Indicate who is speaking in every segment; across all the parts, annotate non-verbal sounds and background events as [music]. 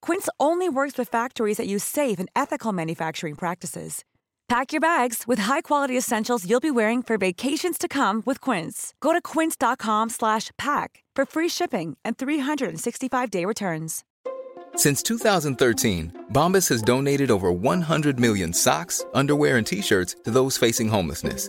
Speaker 1: Quince only works with factories that use safe and ethical manufacturing practices. Pack your bags with high-quality essentials you'll be wearing for vacations to come with Quince. Go to quince.com/pack for free shipping and 365-day returns.
Speaker 2: Since 2013, Bombas has donated over 100 million socks, underwear, and t-shirts to those facing homelessness.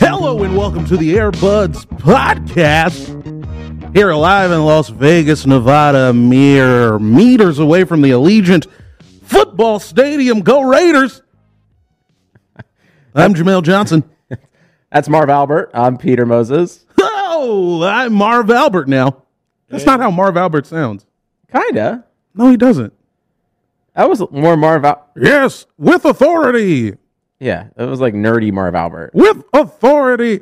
Speaker 3: Hello and welcome to the Airbuds Podcast. Here live in Las Vegas, Nevada, mere meters away from the Allegiant Football Stadium. Go Raiders! I'm Jamel Johnson.
Speaker 4: That's Marv Albert. I'm Peter Moses.
Speaker 3: Oh, I'm Marv Albert now. That's not how Marv Albert sounds.
Speaker 4: Kinda.
Speaker 3: No, he doesn't.
Speaker 4: That was more Marv. Al-
Speaker 3: Yes, with authority.
Speaker 4: yeah, it was like nerdy Marv Albert.
Speaker 3: With authority.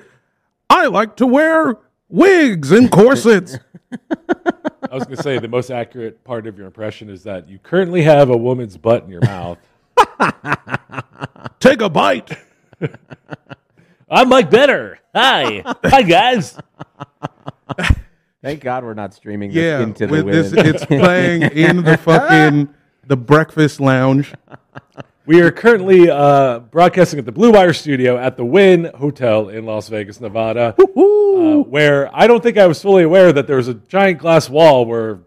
Speaker 3: I like to wear wigs and corsets.
Speaker 5: I was going to say the most accurate part of your impression is that you currently have a woman's butt in your mouth.
Speaker 3: Take a bite.
Speaker 5: I'm Mike Better. Hi, hi guys.
Speaker 4: Thank God we're not streaming this
Speaker 3: Yeah,
Speaker 4: into the
Speaker 3: with this,
Speaker 4: women.
Speaker 3: it's playing in
Speaker 4: [laughs]
Speaker 3: the fucking the breakfast lounge.
Speaker 5: We are currently uh, broadcasting at the Blue Wire Studio at the Wynn Hotel in Las Vegas, Nevada, uh, where I don't think I was fully aware that there was a giant glass wall where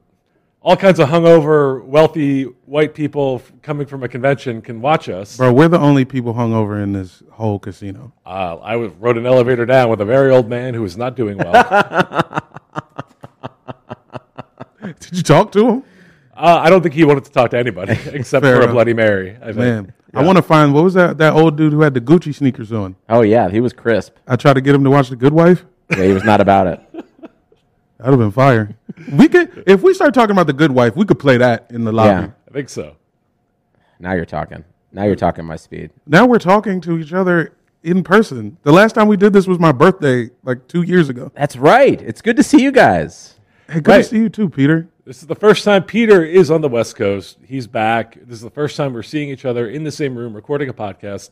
Speaker 5: all kinds of hungover, wealthy white people f- coming from a convention can watch us.
Speaker 3: Bro, we're the only people hungover in this whole casino. [laughs]
Speaker 5: Uh, I was, rode an elevator down with a very old man who was not doing well.
Speaker 3: Did you talk to him?
Speaker 5: Uh, I don't think he wanted to talk to anybody
Speaker 3: [laughs]
Speaker 5: except
Speaker 3: Fair
Speaker 5: for
Speaker 3: enough.
Speaker 5: a Bloody Mary. I think.
Speaker 3: Man, I want to find what was that that old dude who had the Gucci sneakers on.
Speaker 4: oh yeah, he was crisp.
Speaker 3: I tried to get him to watch The Good Wife.
Speaker 4: Yeah, he was not
Speaker 3: [laughs]
Speaker 4: about it.
Speaker 3: That'd have been fire.
Speaker 4: [laughs]
Speaker 3: we could if we start talking about The Good Wife, we could play that in the lobby.
Speaker 4: Yeah.
Speaker 5: I think so.
Speaker 4: Now you're talking. Now you're talking my speed.
Speaker 3: Now we're talking to each other in person. The last time we did this was my birthday, like two years ago.
Speaker 4: That's right. It's good to see you guys.
Speaker 3: Hey, good
Speaker 5: Right.
Speaker 3: to see you too, Peter.
Speaker 5: This is the first time Peter is on the West Coast. He's back. This is the first time we're seeing each other in the same room recording a podcast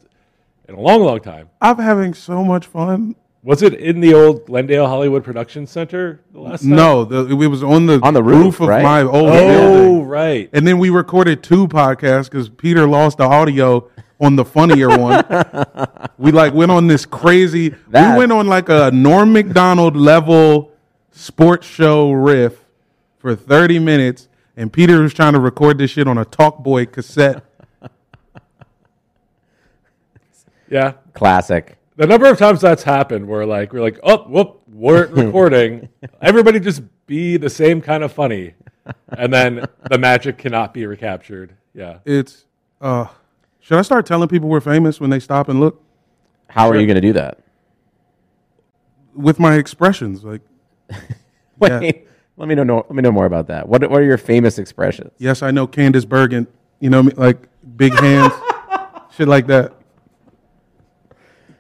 Speaker 5: in a long, long time.
Speaker 3: I'm having so much fun.
Speaker 5: Was it in the old Glendale Hollywood Production Center the last time?
Speaker 3: No, the, it was on the
Speaker 4: On the roof,
Speaker 3: of
Speaker 4: right?
Speaker 3: my old building.
Speaker 5: Oh, right.
Speaker 3: And then we recorded two podcasts because Peter lost the audio on the funnier
Speaker 4: [laughs]
Speaker 3: one. We like went on this crazy.
Speaker 4: That-
Speaker 3: We went on like a Norm Macdonald level sports show riff for thirty minutes, and Peter was trying to record this shit on a Talkboy cassette.
Speaker 5: Yeah.
Speaker 4: Classic.
Speaker 5: The number of times that's happened where like we're like, oh, whoop,
Speaker 3: [laughs]
Speaker 5: weren't recording. Everybody just be the same kind of funny. And then the magic cannot be recaptured. Yeah.
Speaker 3: It's uh, should I start telling people we're famous when they stop and look
Speaker 4: How are you going to do that?
Speaker 3: with my expressions? Like,
Speaker 4: Wait. Let me know, know. Let me know more about that. What What are your famous expressions?
Speaker 3: yes, I know Candace Bergen. You know, what I mean? like big hands, shit like that.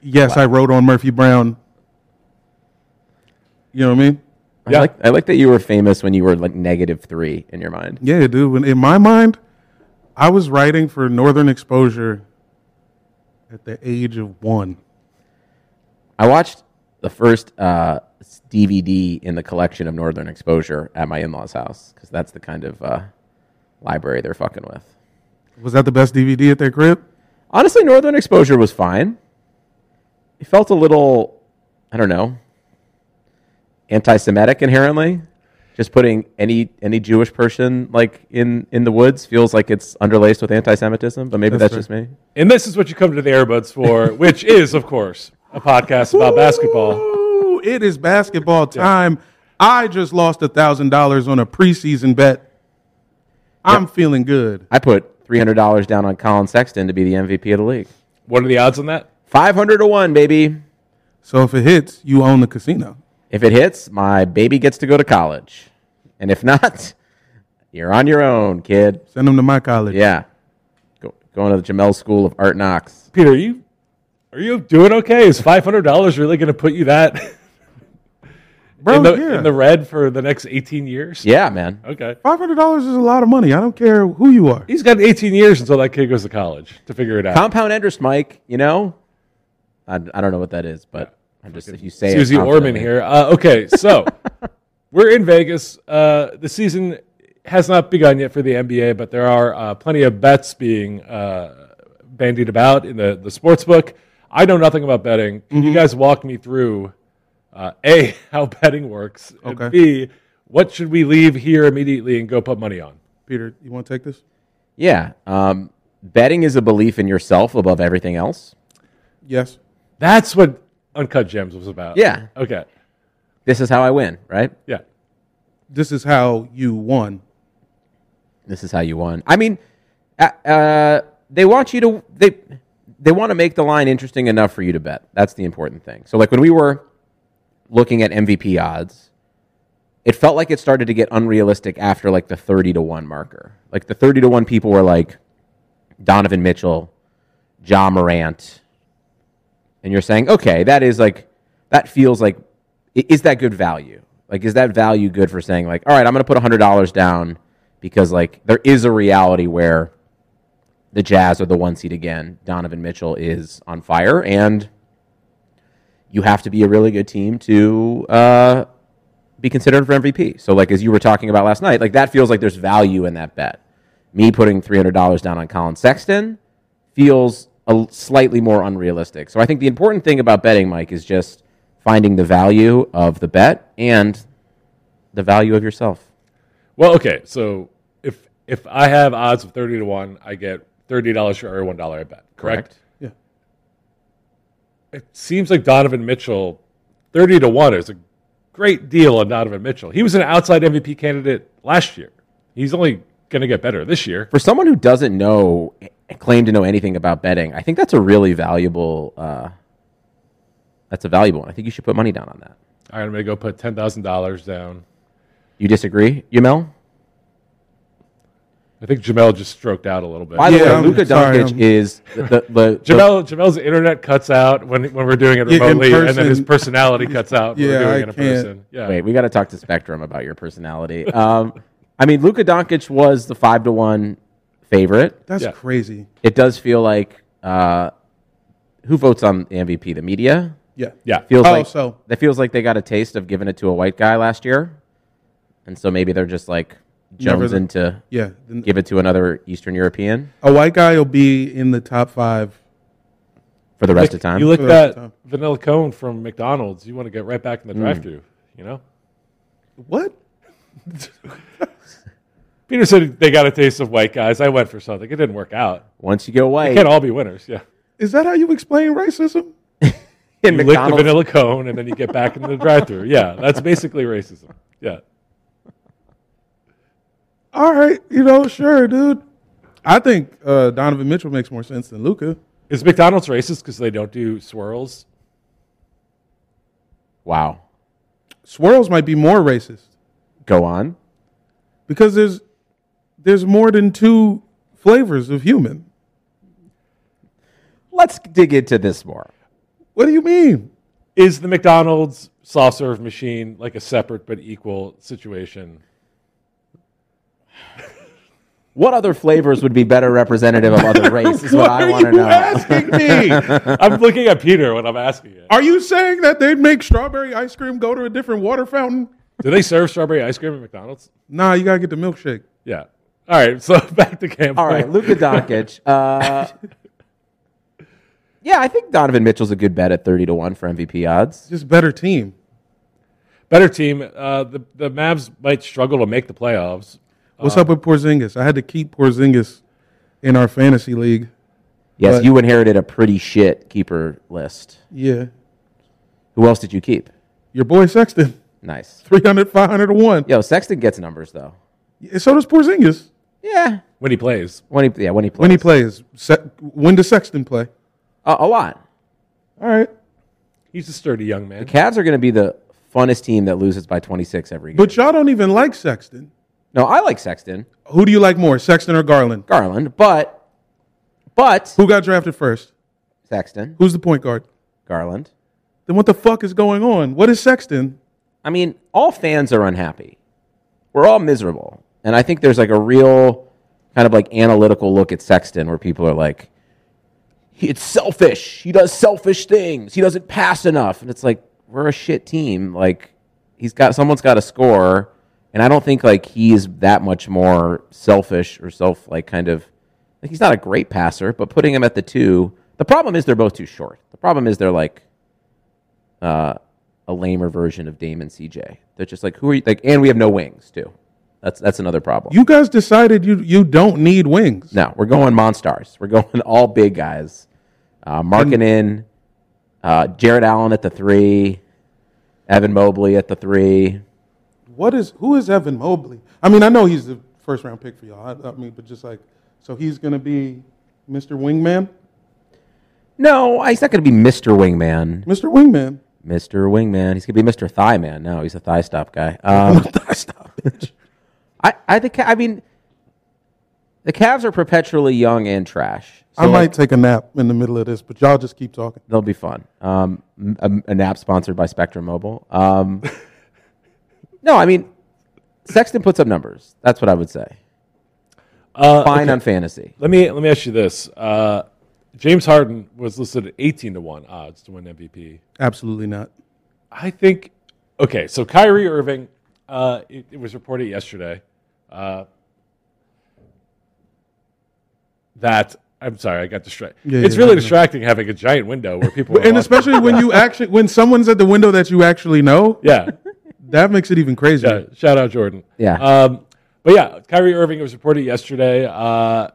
Speaker 3: Yes, I wrote on Murphy Brown. You know what I mean?
Speaker 5: Yeah.
Speaker 4: I like I like that you were famous when you were like negative three in your mind.
Speaker 3: Yeah, dude. When, in my mind, I was writing for Northern Exposure at the age of one.
Speaker 4: I watched the first uh, DVD in the collection of Northern Exposure at my in-laws' house because that's the kind of uh, library they're fucking with.
Speaker 3: Was that the best DVD at their crib?
Speaker 4: Honestly, Northern Exposure was fine. It felt a little, I don't know, anti-Semitic inherently. Just putting any any Jewish person like in in the woods feels like it's underlaced with anti-Semitism, but maybe that's,
Speaker 3: That's
Speaker 4: just me.
Speaker 5: And this is what you come to the
Speaker 3: [laughs]
Speaker 5: Airbuds for, which is, of course, a podcast about basketball.
Speaker 3: Ooh, it is basketball time. I just lost a thousand dollars on a preseason bet. I'm feeling good.
Speaker 4: I put three hundred dollars down on Colin Sexton to be the MVP of the league.
Speaker 5: What are the odds on that?
Speaker 4: Five hundred to one, baby.
Speaker 3: So if it hits, you own the casino.
Speaker 4: If it hits, my baby gets to go to college, and if not, [laughs] you're on your own, kid.
Speaker 3: Send them to my college.
Speaker 4: Yeah, go, going to the Jamel School of Art Knox.
Speaker 5: Peter, are you are you doing okay? Is five hundred dollars really going to put you that
Speaker 3: [laughs] bro.
Speaker 5: in, the,
Speaker 3: yeah,
Speaker 5: in the red for the next eighteen years?
Speaker 4: Yeah, man.
Speaker 5: Okay.
Speaker 3: five hundred dollars is a lot of money. I don't care who you are.
Speaker 5: He's got eighteen years until that kid goes to college to figure it out.
Speaker 4: Compound interest, Mike. You know, I, I don't know what that is, but I'm just if you say it
Speaker 5: Susie Orman
Speaker 4: confidently.
Speaker 5: here. Uh,
Speaker 4: [laughs]
Speaker 5: okay, so we're in Vegas. Uh, the season has not begun yet for the NBA, but there are uh, plenty of bets being uh, bandied about in the, the sports book. I know nothing about betting. Can
Speaker 4: Mm-hmm.
Speaker 5: you guys walk me through uh, A, [laughs] how betting works,
Speaker 3: Okay.
Speaker 5: and B, what should we leave here immediately and go put money on?
Speaker 3: Peter, you want to take this?
Speaker 4: Yeah, um, betting is a belief in yourself above everything else.
Speaker 3: Yes.
Speaker 5: That's what Uncut Gems was about.
Speaker 4: Yeah.
Speaker 5: Okay.
Speaker 4: This is how I win, right?
Speaker 5: Yeah.
Speaker 3: This is how you won.
Speaker 4: this is how you won. I mean, uh, uh, they want you to they they want to make the line interesting enough for you to bet. That's the important thing. So like when we were looking at MVP odds, it felt like it started to get unrealistic after like the 30 to 1 marker. Like the 30 to 1 people were like Donovan Mitchell, Ja Morant. And you're saying, "Okay, that is like that feels like i- is that good value? Like is that value good for saying like, "All right, I'm going to put $100 down because like there is a reality where the Jazz are the one seed again. Donovan Mitchell is on fire, and you have to be a really good team to uh, be considered for MVP. So, like as you were talking about last night, like that feels like there's value in that bet. Me putting three hundred dollars down on Colin Sexton feels a l- slightly more unrealistic. So, I think the important thing about betting, Mike, is just finding the value of the bet and the value of yourself.
Speaker 5: Well, okay. So if if I have odds of thirty to one, I get thirty dollars for every one dollar I bet. Correct?
Speaker 3: Yeah.
Speaker 5: It seems like Donovan Mitchell, thirty to one is a great deal on Donovan Mitchell. He was an outside MVP candidate last year. He's only going to get better this year.
Speaker 4: for someone who doesn't know eh, claim to know anything about betting i think that's a really valuable uh, that's a valuable one i think you should put money down on that
Speaker 5: All right, I'm going to go put ten thousand dollars down.
Speaker 4: you disagree yamel
Speaker 5: I think Jamel just stroked out a little bit.
Speaker 4: by the
Speaker 3: Yeah, I'm
Speaker 4: way luka
Speaker 3: sorry,
Speaker 4: doncic
Speaker 3: I'm-
Speaker 4: is
Speaker 3: [laughs]
Speaker 4: the, the, the, the
Speaker 5: Jamel, Jamel's internet cuts out when, when we're doing it
Speaker 3: Yeah, in
Speaker 5: remotely, and then his
Speaker 3: person.
Speaker 5: personality cuts out when
Speaker 3: Yeah,
Speaker 5: we're doing
Speaker 3: I
Speaker 5: it in
Speaker 3: can't.
Speaker 5: person.
Speaker 4: [laughs]
Speaker 5: Yeah.
Speaker 4: wait we got to talk to spectrum about your personality um, i mean luka doncic was the five to one favorite
Speaker 3: That's
Speaker 5: Yeah.
Speaker 3: crazy.
Speaker 4: it does feel like uh, who votes on the mvp the media
Speaker 3: Yeah.
Speaker 5: Yeah.
Speaker 4: feels
Speaker 3: Oh,
Speaker 4: like
Speaker 3: so-
Speaker 4: that feels like they got a taste of giving it to a white guy last year, and so maybe they're just like
Speaker 3: Never the-
Speaker 4: jonesing to
Speaker 3: Yeah. Then
Speaker 4: give it to another Eastern European
Speaker 3: A white guy will be in the top five.
Speaker 4: for the rest of time.
Speaker 5: You lick
Speaker 3: For the rest
Speaker 5: that
Speaker 3: of time.
Speaker 5: vanilla cone from McDonald's, you want to get right back in the
Speaker 4: Hmm.
Speaker 5: drive-thru. You know,
Speaker 3: What?
Speaker 5: Peter said they got a taste of white guys. I went for something. It didn't work out.
Speaker 4: Once you go
Speaker 5: They
Speaker 4: white
Speaker 5: can't all be winners. Yeah,
Speaker 3: Is that how you explain racism?
Speaker 4: in
Speaker 5: you lick the
Speaker 4: McDonald's,
Speaker 5: vanilla cone and then you get back in the drive-thru. Yeah, that's basically racism. Yeah,
Speaker 3: All right, you know, sure, dude. I think uh, Donovan Mitchell makes more sense than Luca.
Speaker 5: is McDonald's racist because they don't do swirls?
Speaker 4: wow,
Speaker 3: Swirls might be more racist
Speaker 4: go on.
Speaker 3: because there's there's more than two flavors of human.
Speaker 4: Let's dig into this more.
Speaker 3: What do you mean?
Speaker 5: Is the McDonald's soft serve machine like a separate but equal situation?
Speaker 4: What other flavors would be better representative of other race? Is what
Speaker 3: Why
Speaker 4: I
Speaker 3: are
Speaker 4: want to
Speaker 3: you
Speaker 4: know.
Speaker 3: asking me?
Speaker 5: [laughs] I'm looking at Peter when I'm asking it.
Speaker 3: Are you saying that they'd make strawberry ice cream go to a different water fountain?
Speaker 5: Do they serve strawberry ice cream at McDonald's?
Speaker 3: Nah, you gotta get the milkshake.
Speaker 5: Yeah. All right. So [laughs] back to camp.
Speaker 3: [laughs]
Speaker 4: All right, Luka Doncic. Uh, yeah, I think Donovan Mitchell's a good bet at thirty to one for MVP odds.
Speaker 3: Just better team.
Speaker 5: Better team. Uh, the the Mavs might struggle to make the playoffs.
Speaker 3: What's up with Porzingis? I had to keep Porzingis in our fantasy league.
Speaker 4: Yes,
Speaker 3: But-
Speaker 4: you inherited a pretty shit keeper list.
Speaker 3: Yeah.
Speaker 4: Who else did you keep?
Speaker 3: Your boy Sexton, [laughs]
Speaker 4: Nice.
Speaker 3: 300, 500 to 1.
Speaker 4: Yo, Sexton gets numbers though.
Speaker 3: So does Porzingis
Speaker 4: Yeah,
Speaker 5: When he plays,
Speaker 4: when he yeah when he plays
Speaker 3: when he plays. Se- when does Sexton play?
Speaker 4: a, a lot.
Speaker 3: All right.
Speaker 5: he's a sturdy young man.
Speaker 4: Cavs are going to be the funnest team that loses by twenty six every game.
Speaker 3: But y'all don't even like Sexton.
Speaker 4: no, I like Sexton
Speaker 3: Who do you like more, Sexton or Garland?
Speaker 4: Garland, but but
Speaker 3: Who got drafted first?
Speaker 4: Sexton
Speaker 3: Who's the point guard?
Speaker 4: Garland.
Speaker 3: Then what the fuck is going on? What is Sexton?
Speaker 4: I mean, all fans are unhappy. We're all miserable. And I think there's like a real kind of like analytical look at Sexton where people are like, "He- it's selfish. He does selfish things. He doesn't pass enough. And it's like, we're a shit team. Like, he's got, someone's got to score. And I don't think like he's that much more selfish or self like kind of, like he's not a great passer, but putting him at the two, the problem is they're both too short. The problem is they're like, uh, a lamer version of Damon CJ. They're just like, who are you? Like, and we have no wings too. That's that's another problem.
Speaker 3: You guys decided you you don't need wings.
Speaker 4: no, we're going monstars. We're going all big guys. Uh, marking in uh, Jared Allen at the three, Evan Mobley at the three.
Speaker 3: What is who is Evan Mobley? I mean, I know he's the first round pick for y'all. I, I mean, but just like so he's gonna be Mr. Wingman,
Speaker 4: No, he's not going to be Mr. Wingman.
Speaker 3: Mr. Wingman. [laughs]
Speaker 4: Mr. Wingman. He's going to be Mr. Thigh Man. No, he's a thigh stop guy. Um,
Speaker 3: [laughs] Stop it.
Speaker 4: I, I think. I mean, the Cavs are perpetually young and trash. So,
Speaker 3: I
Speaker 4: like,
Speaker 3: might take a nap in the middle of this, but y'all just keep talking.
Speaker 4: They'll be fun. Um, m- a, an app sponsored by Spectrum Mobile.
Speaker 3: [laughs]
Speaker 4: Um, no, I mean, Sexton puts up numbers. That's what I would say.
Speaker 5: Uh,
Speaker 4: Fine on fantasy.
Speaker 5: Let me let me ask you this. Uh, James Harden was listed at 18 to 1 odds to win MVP.
Speaker 3: Absolutely not.
Speaker 5: I think okay, so Kyrie Irving uh, it, it was reported yesterday uh, that I'm sorry, I got distracted.
Speaker 3: Yeah,
Speaker 5: it's
Speaker 3: yeah,
Speaker 5: really
Speaker 3: I know.
Speaker 5: distracting having a giant window where people are
Speaker 3: And
Speaker 5: watching.
Speaker 3: especially when you actually when someone's at the window that you actually know,
Speaker 5: yeah.
Speaker 3: that makes it even crazier.
Speaker 5: Yeah, shout out Jordan.
Speaker 4: Yeah.
Speaker 5: Um, but yeah, Kyrie Irving, it was reported yesterday, uh,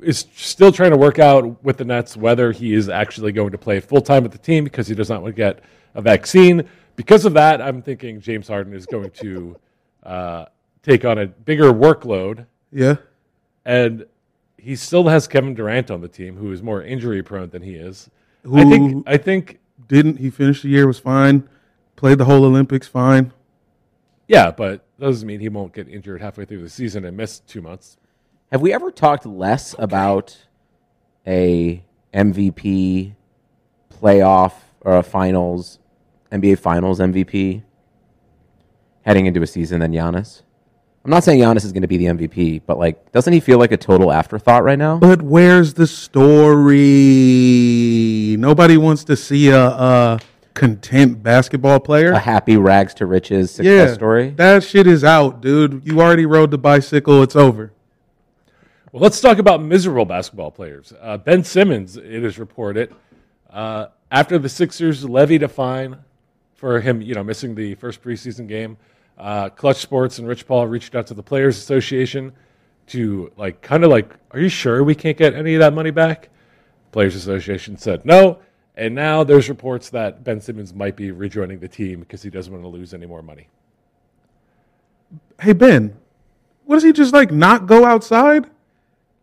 Speaker 5: is still trying to work out with the Nets whether he is actually going to play full time with the team because he does not want to get a vaccine. Because of that, I'm thinking James Harden is going to uh, take on a bigger workload.
Speaker 3: Yeah.
Speaker 5: And he still has Kevin Durant on the team, who is more injury prone than he is. I
Speaker 3: Who-
Speaker 5: think, I think,
Speaker 3: Didn't he finish the year was fine. Played the whole Olympics fine.
Speaker 5: yeah, but that doesn't mean he won't get injured halfway through the season and miss two months.
Speaker 4: Have we ever talked less about a MVP playoff or a finals, NBA finals MVP heading into a season than Giannis? I'm not saying Giannis is going to be the MVP, but like, doesn't he feel like a total afterthought right now?
Speaker 3: But where's the story? Nobody wants to see a, a content basketball player.
Speaker 4: A happy rags to riches success
Speaker 3: yeah,
Speaker 4: story.
Speaker 3: that shit is out, dude. You already rode the bicycle. It's over.
Speaker 5: Well, let's talk about miserable basketball players. Uh, ben Simmons, it is reported, uh, after the Sixers levied a fine for him, you know, missing the first preseason game, uh, Clutch Sports and Rich Paul reached out to the Players Association to like, kind of like, are you sure we can't get any of that money back? Players Association said no, and now there's reports that Ben Simmons might be rejoining the team because he doesn't want to lose any more money.
Speaker 3: Hey Ben, what does he just like? Not go outside?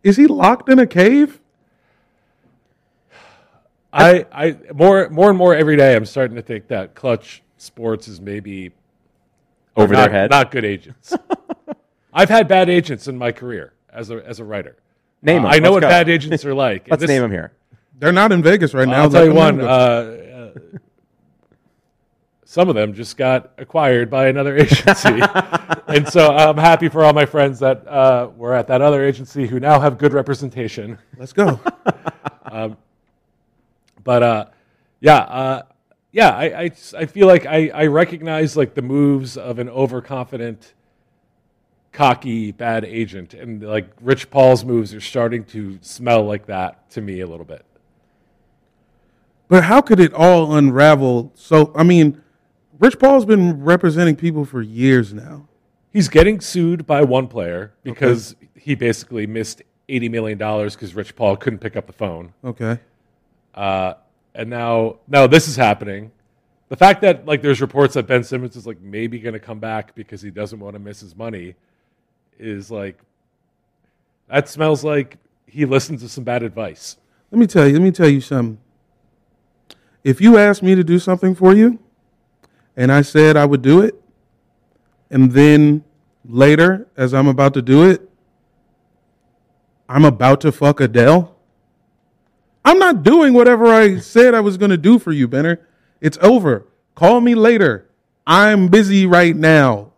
Speaker 3: Is he locked in a cave?
Speaker 5: I, I more more and more every day I'm starting to think that clutch sports is maybe
Speaker 4: Over
Speaker 5: not,
Speaker 4: their head.
Speaker 5: Not good agents. [laughs] I've had bad agents in my career as a as a writer.
Speaker 4: Name
Speaker 5: Uh,
Speaker 4: 'em.
Speaker 5: I know
Speaker 4: Let's
Speaker 5: what
Speaker 4: go.
Speaker 5: bad agents are like. And
Speaker 4: Let's
Speaker 5: this-
Speaker 4: name him here. uh,
Speaker 3: They're not in Vegas right now.
Speaker 5: I'll tell
Speaker 3: Let
Speaker 5: you
Speaker 3: them
Speaker 5: one.
Speaker 3: know.
Speaker 5: Uh, uh, some of them just got acquired by another [laughs] agency. and so I'm happy for all my friends that uh, were at that other agency who now have good representation.
Speaker 3: Let's go.
Speaker 5: But uh, yeah, uh, yeah, I, I, just- I feel like I, I recognize like the moves of an overconfident, cocky, bad agent, and like Rich Paul's moves are starting to smell like that to me a little bit.
Speaker 3: But how could it all unravel? So, I mean, Rich Paul's been representing people for years now.
Speaker 5: He's getting sued by one player because he basically missed eighty million dollars because Rich Paul couldn't pick up the phone.
Speaker 3: Okay.
Speaker 5: Uh, and now, now this is happening. The fact that like there's reports that Ben Simmons is like maybe going to come back because he doesn't want to miss his money is like that smells like he listened to some bad advice.
Speaker 3: Let me tell you, let me tell you something. If you asked me to do something for you and I said I would do it, and then later, as I'm about to do it, I'm about to fuck Adele. I'm not doing whatever I said I was going to do for you, Benner. It's over. Call me later. I'm busy right now.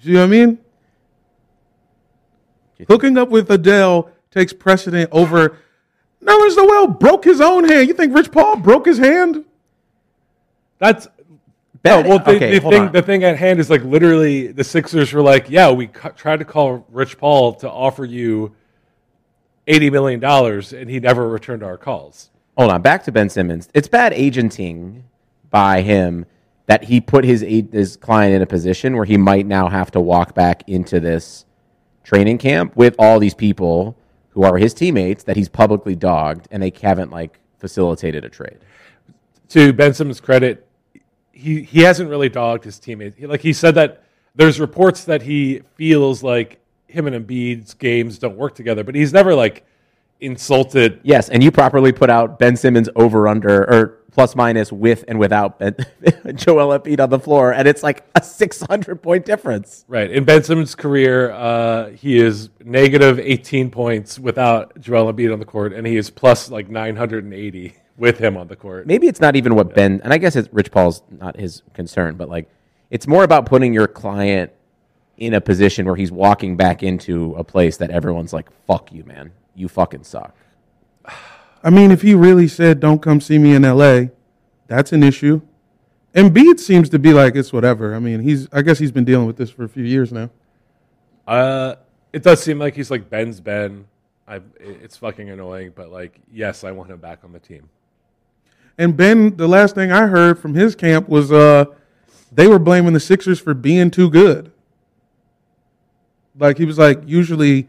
Speaker 3: You see what I mean? Hooking up with Adele takes precedent over. Nerlens Noel broke his own hand. You think Rich Paul broke his hand?
Speaker 5: That's
Speaker 4: Bad-
Speaker 5: no, well, the,
Speaker 4: okay,
Speaker 5: the
Speaker 4: hold
Speaker 5: thing,
Speaker 4: on.
Speaker 5: the thing at hand is like literally the Sixers were like, yeah, we cu- tried to call Rich Paul to offer you eighty million dollars, and he never returned our calls.
Speaker 4: Hold on, back to Ben Simmons. It's bad agenting by him that he put his a- his client in a position where he might now have to walk back into this training camp with all these people who are his teammates that he's publicly dogged and they haven't like facilitated a trade.
Speaker 5: to Ben Simmons' credit, he he hasn't really dogged his teammates. He- like he said that there's reports that he feels like him and Embiid's games don't work together, but he's never like insulted.
Speaker 4: Yes, and you properly put out Ben Simmons over under or plus minus with and without ben, [laughs] Joel Embiid on the floor, and it's like a six hundred point difference.
Speaker 5: Right in Ben Simmons' career, uh, he is negative 18 points without Joel Embiid on the court, and he is plus like 980 with him on the court.
Speaker 4: maybe it's not even what Ben and I guess it's Rich Paul's not his concern, but like it's more about putting your client in a position where he's walking back into a place that everyone's like, "Fuck you, man, you fucking suck."
Speaker 3: I mean, if he really said, "Don't come see me in L.A.," that's an issue. Embiid seems to be like it's whatever. I mean, he's I guess he's been dealing with this for a few years now.
Speaker 5: Uh, it does seem like he's like Ben's Ben. I, it's fucking annoying, but like, yes, I want him back on the team.
Speaker 3: And Ben, the last thing I heard from his camp was uh, they were blaming the Sixers for being too good. Like he was like, usually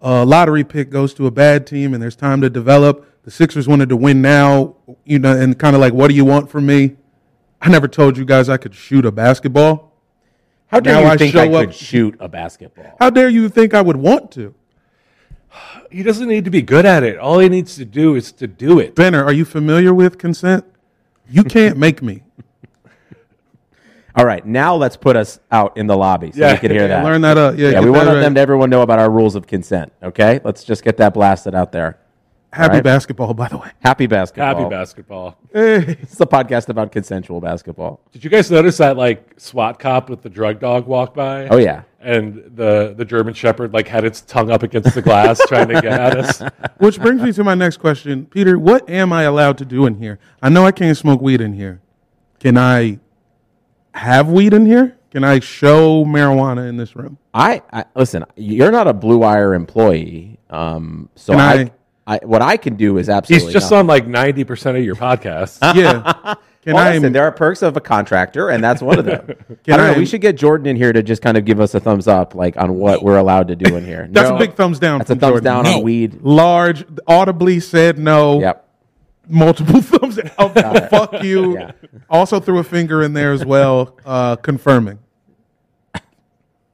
Speaker 3: a lottery pick goes to a bad team, and there's time to develop. The Sixers wanted to win now, you know, and kind of like, what do you want from me? I never told you guys I could shoot a basketball.
Speaker 4: How dare
Speaker 3: Now
Speaker 4: you
Speaker 3: I
Speaker 4: think
Speaker 3: show
Speaker 4: I could
Speaker 3: up-
Speaker 4: shoot a basketball?
Speaker 3: How dare you think I would want to?
Speaker 5: He doesn't need to be good at it. All he needs to do is to do it.
Speaker 3: Benner, are you familiar with consent? You can't make me.
Speaker 4: All right, now let's put us out in the lobby so
Speaker 5: Yeah.
Speaker 4: we can hear that.
Speaker 3: Learn that up. Yeah,
Speaker 4: yeah,
Speaker 3: get
Speaker 4: we want
Speaker 3: that
Speaker 4: them
Speaker 3: right.
Speaker 4: to everyone know about our rules of consent. Okay, let's just get that blasted out there.
Speaker 3: happy
Speaker 4: right.
Speaker 3: basketball, by the way.
Speaker 4: Happy basketball.
Speaker 5: Happy basketball.
Speaker 4: It's the podcast about consensual basketball.
Speaker 5: Did you guys notice that like SWAT cop with the drug dog walked by?
Speaker 4: Oh yeah.
Speaker 5: And the the German Shepherd like had its tongue up against the glass trying to get at us.
Speaker 3: Which brings me to my next question, Peter. What am I allowed to do in here? I know I can't smoke weed in here. Can I have weed in here? Can I show marijuana in this room?
Speaker 4: I, I listen. You're not a Blue Wire employee, um, so
Speaker 3: Can
Speaker 4: I, I, what I can do is
Speaker 5: He's
Speaker 4: absolutely.
Speaker 5: just
Speaker 4: not.
Speaker 5: on like ninety percent of your podcasts.
Speaker 4: [laughs]
Speaker 3: Yeah. Can
Speaker 4: Well,
Speaker 3: I?
Speaker 4: listen, there are perks of a contractor, and that's one of [laughs] them. I
Speaker 3: Can
Speaker 4: don't know.
Speaker 3: I-
Speaker 4: We should get Jordan in here to just kind of give us a thumbs up, like on what we're allowed to do in here.
Speaker 3: [laughs] That's a big thumbs down
Speaker 4: That's a
Speaker 3: from
Speaker 4: thumbs
Speaker 3: Jordan.
Speaker 4: down
Speaker 6: No.
Speaker 4: on weed.
Speaker 3: large, audibly said no.
Speaker 4: Yep.
Speaker 3: Multiple [laughs] thumbs up. Fuck you.
Speaker 4: Yeah.
Speaker 3: Also threw a finger in there as well, uh, confirming.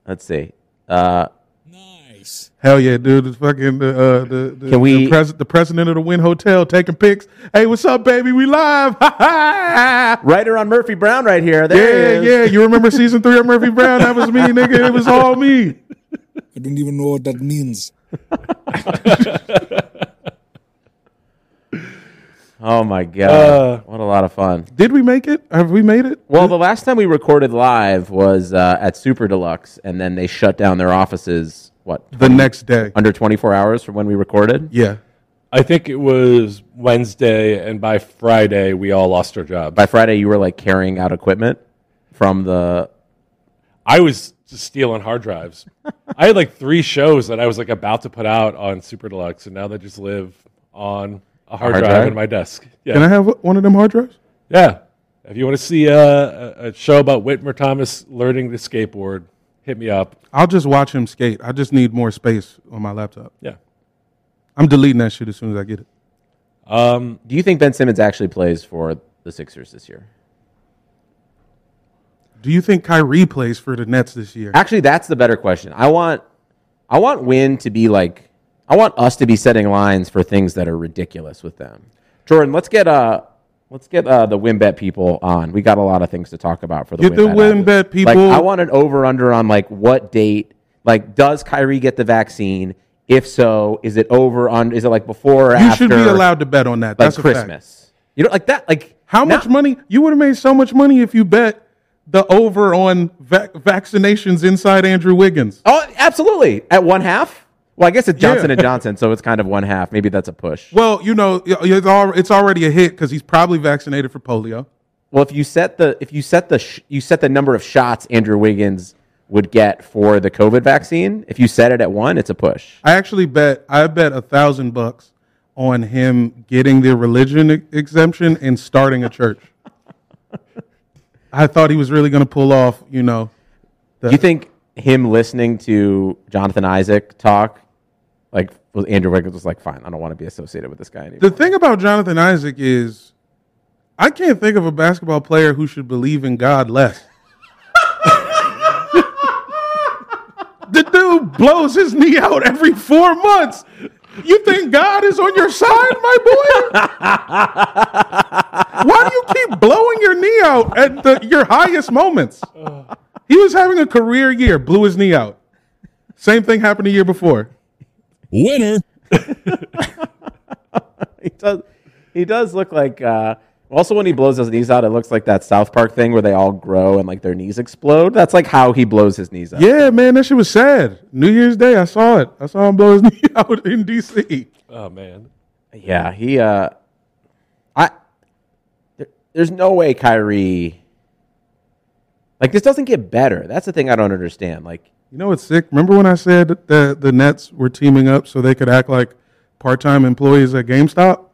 Speaker 4: Let's see. Uh,
Speaker 6: Nice.
Speaker 3: Hell yeah, dude! The fucking the uh, the the,
Speaker 4: Can we-
Speaker 3: the, pres- the president of the Win Hotel taking pics. Hey, what's up, baby? We live. [laughs] yeah,
Speaker 4: writer on Murphy Brown right here. There he is.
Speaker 3: Ah! yeah. You remember season three of Murphy Brown? That was me, nigga. It was all me.
Speaker 7: I don't even know what that means.
Speaker 4: Oh my god!
Speaker 5: Uh,
Speaker 4: Oh
Speaker 3: Uh,
Speaker 4: what a lot of fun.
Speaker 3: Did we make it? Have we made it?
Speaker 4: Well, the last time we recorded live was uh, at Super Deluxe, and then they shut down their offices. What
Speaker 3: The next day.
Speaker 4: under 24 hours from when we recorded?
Speaker 3: Yeah.
Speaker 5: I think it was Wednesday, and by Friday we all lost our jobs.
Speaker 4: By Friday, you were like carrying out equipment from the.
Speaker 5: I was just stealing hard drives. I had like three shows that I was like about to put out on Super Deluxe, and now they just live on a hard,
Speaker 4: Hard
Speaker 5: drive,
Speaker 4: drive?
Speaker 5: in my desk. Yeah,
Speaker 3: Can I have one of them hard drives?
Speaker 5: yeah. If you want to see uh, a, a show about Whitmer Thomas learning to skateboard, hit me up.
Speaker 3: I'll just watch him skate. I just need more space on my laptop.
Speaker 5: Yeah.
Speaker 3: I'm deleting that shit as soon as I get it.
Speaker 5: Um,
Speaker 4: Do you think Ben Simmons actually plays for the Sixers this year?
Speaker 3: Do you think Kyrie plays for the Nets this year?
Speaker 4: Actually, that's the better question. I want, I want Win to be like, I want us to be setting lines for things that are ridiculous with them. Jordan, let's get uh, let's get uh, the Win Bet people on. We got a lot of things to talk about for the
Speaker 3: Get
Speaker 4: Win
Speaker 3: the
Speaker 4: Bet
Speaker 3: Win
Speaker 4: app.
Speaker 3: Bet
Speaker 4: Like,
Speaker 3: people.
Speaker 4: I want an over under on like what date. Like, does Kyrie get the vaccine? If so, is it over on? Is it like before or
Speaker 3: you
Speaker 4: after?
Speaker 3: should be allowed to bet on that.
Speaker 4: like
Speaker 3: That's a fact.
Speaker 4: Christmas. You know, like that. Like
Speaker 3: How
Speaker 4: now-
Speaker 3: much money? You would have made so much money if you bet the over on vac- vaccinations inside Andrew Wiggins.
Speaker 4: Oh, absolutely. At one half. Well, I guess it's Johnson
Speaker 3: Yeah.
Speaker 4: and Johnson, so it's kind of one half. Maybe that's a push.
Speaker 3: Well, you know, y- it's al- it's already a hit because he's probably vaccinated for polio.
Speaker 4: Well, if you set the if you set the sh- you set the number of shots Andrew Wiggins would get for the COVID vaccine, if you set it at one, it's a push.
Speaker 3: I actually bet I bet a thousand bucks on him getting the religion e- exemption and starting a church. [laughs] I thought he was really going to pull off, you know.
Speaker 4: Do you think him listening to Jonathan Isaac talk, like was- Andrew Wiggins was like, fine, I don't want to be associated with this guy anymore.
Speaker 3: The thing about Jonathan Isaac is, I can't think of a basketball player who should believe in God less. the dude blows his knee out every four months. You think God is on your side, my boy? Why do you keep blowing your knee out at the, your highest moments? He was having a career year, blew his knee out. Same thing happened the year before.
Speaker 7: Winner.
Speaker 4: [laughs] he does he does look like uh also when he blows his knees out it looks like that south park thing where they all grow and like their knees explode that's like how he blows his knees out
Speaker 3: Yeah, man, that shit was sad. New Year's Day, I saw it. I saw him blow his [laughs] knee out in DC.
Speaker 5: oh man,
Speaker 4: yeah he uh i there, there's no way kyrie like this doesn't get better that's the thing i don't understand like
Speaker 3: You know what's sick? Remember when I said that the, the Nets were teaming up so they could act like part time employees at GameStop?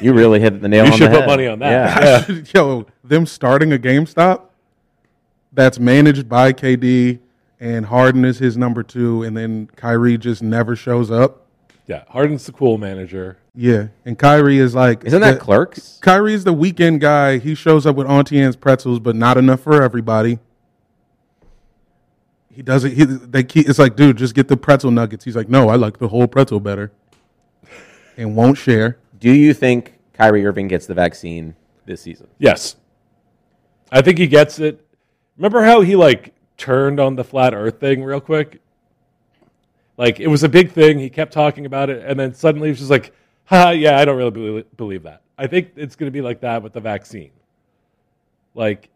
Speaker 4: you really hit the nail
Speaker 5: you
Speaker 4: on
Speaker 5: should
Speaker 4: the
Speaker 5: put
Speaker 4: head.
Speaker 5: money on that.
Speaker 4: yeah.
Speaker 5: Yeah.
Speaker 3: [laughs] Yo, them starting a GameStop that's managed by KD and Harden is his number two, and then Kyrie just never shows up.
Speaker 5: Yeah, Harden's the cool manager.
Speaker 3: Yeah, and Kyrie is like
Speaker 4: isn't that
Speaker 3: the-
Speaker 4: clerks
Speaker 3: Kyrie is the weekend guy. He shows up with Auntie Anne's pretzels, but not enough for everybody. He doesn't. He, they keep, it's like, dude, just get the pretzel nuggets. He's like, no, I like the whole pretzel better, and won't share.
Speaker 4: do you think kyrie irving gets the vaccine this season
Speaker 5: Yes. I think he gets it. Remember how he like turned on the flat earth thing real quick? Like it was a big thing. He kept talking about it and then suddenly he was just like, "Ha, yeah, I don't really belie- believe that." I think it's going to be like that with the vaccine. Like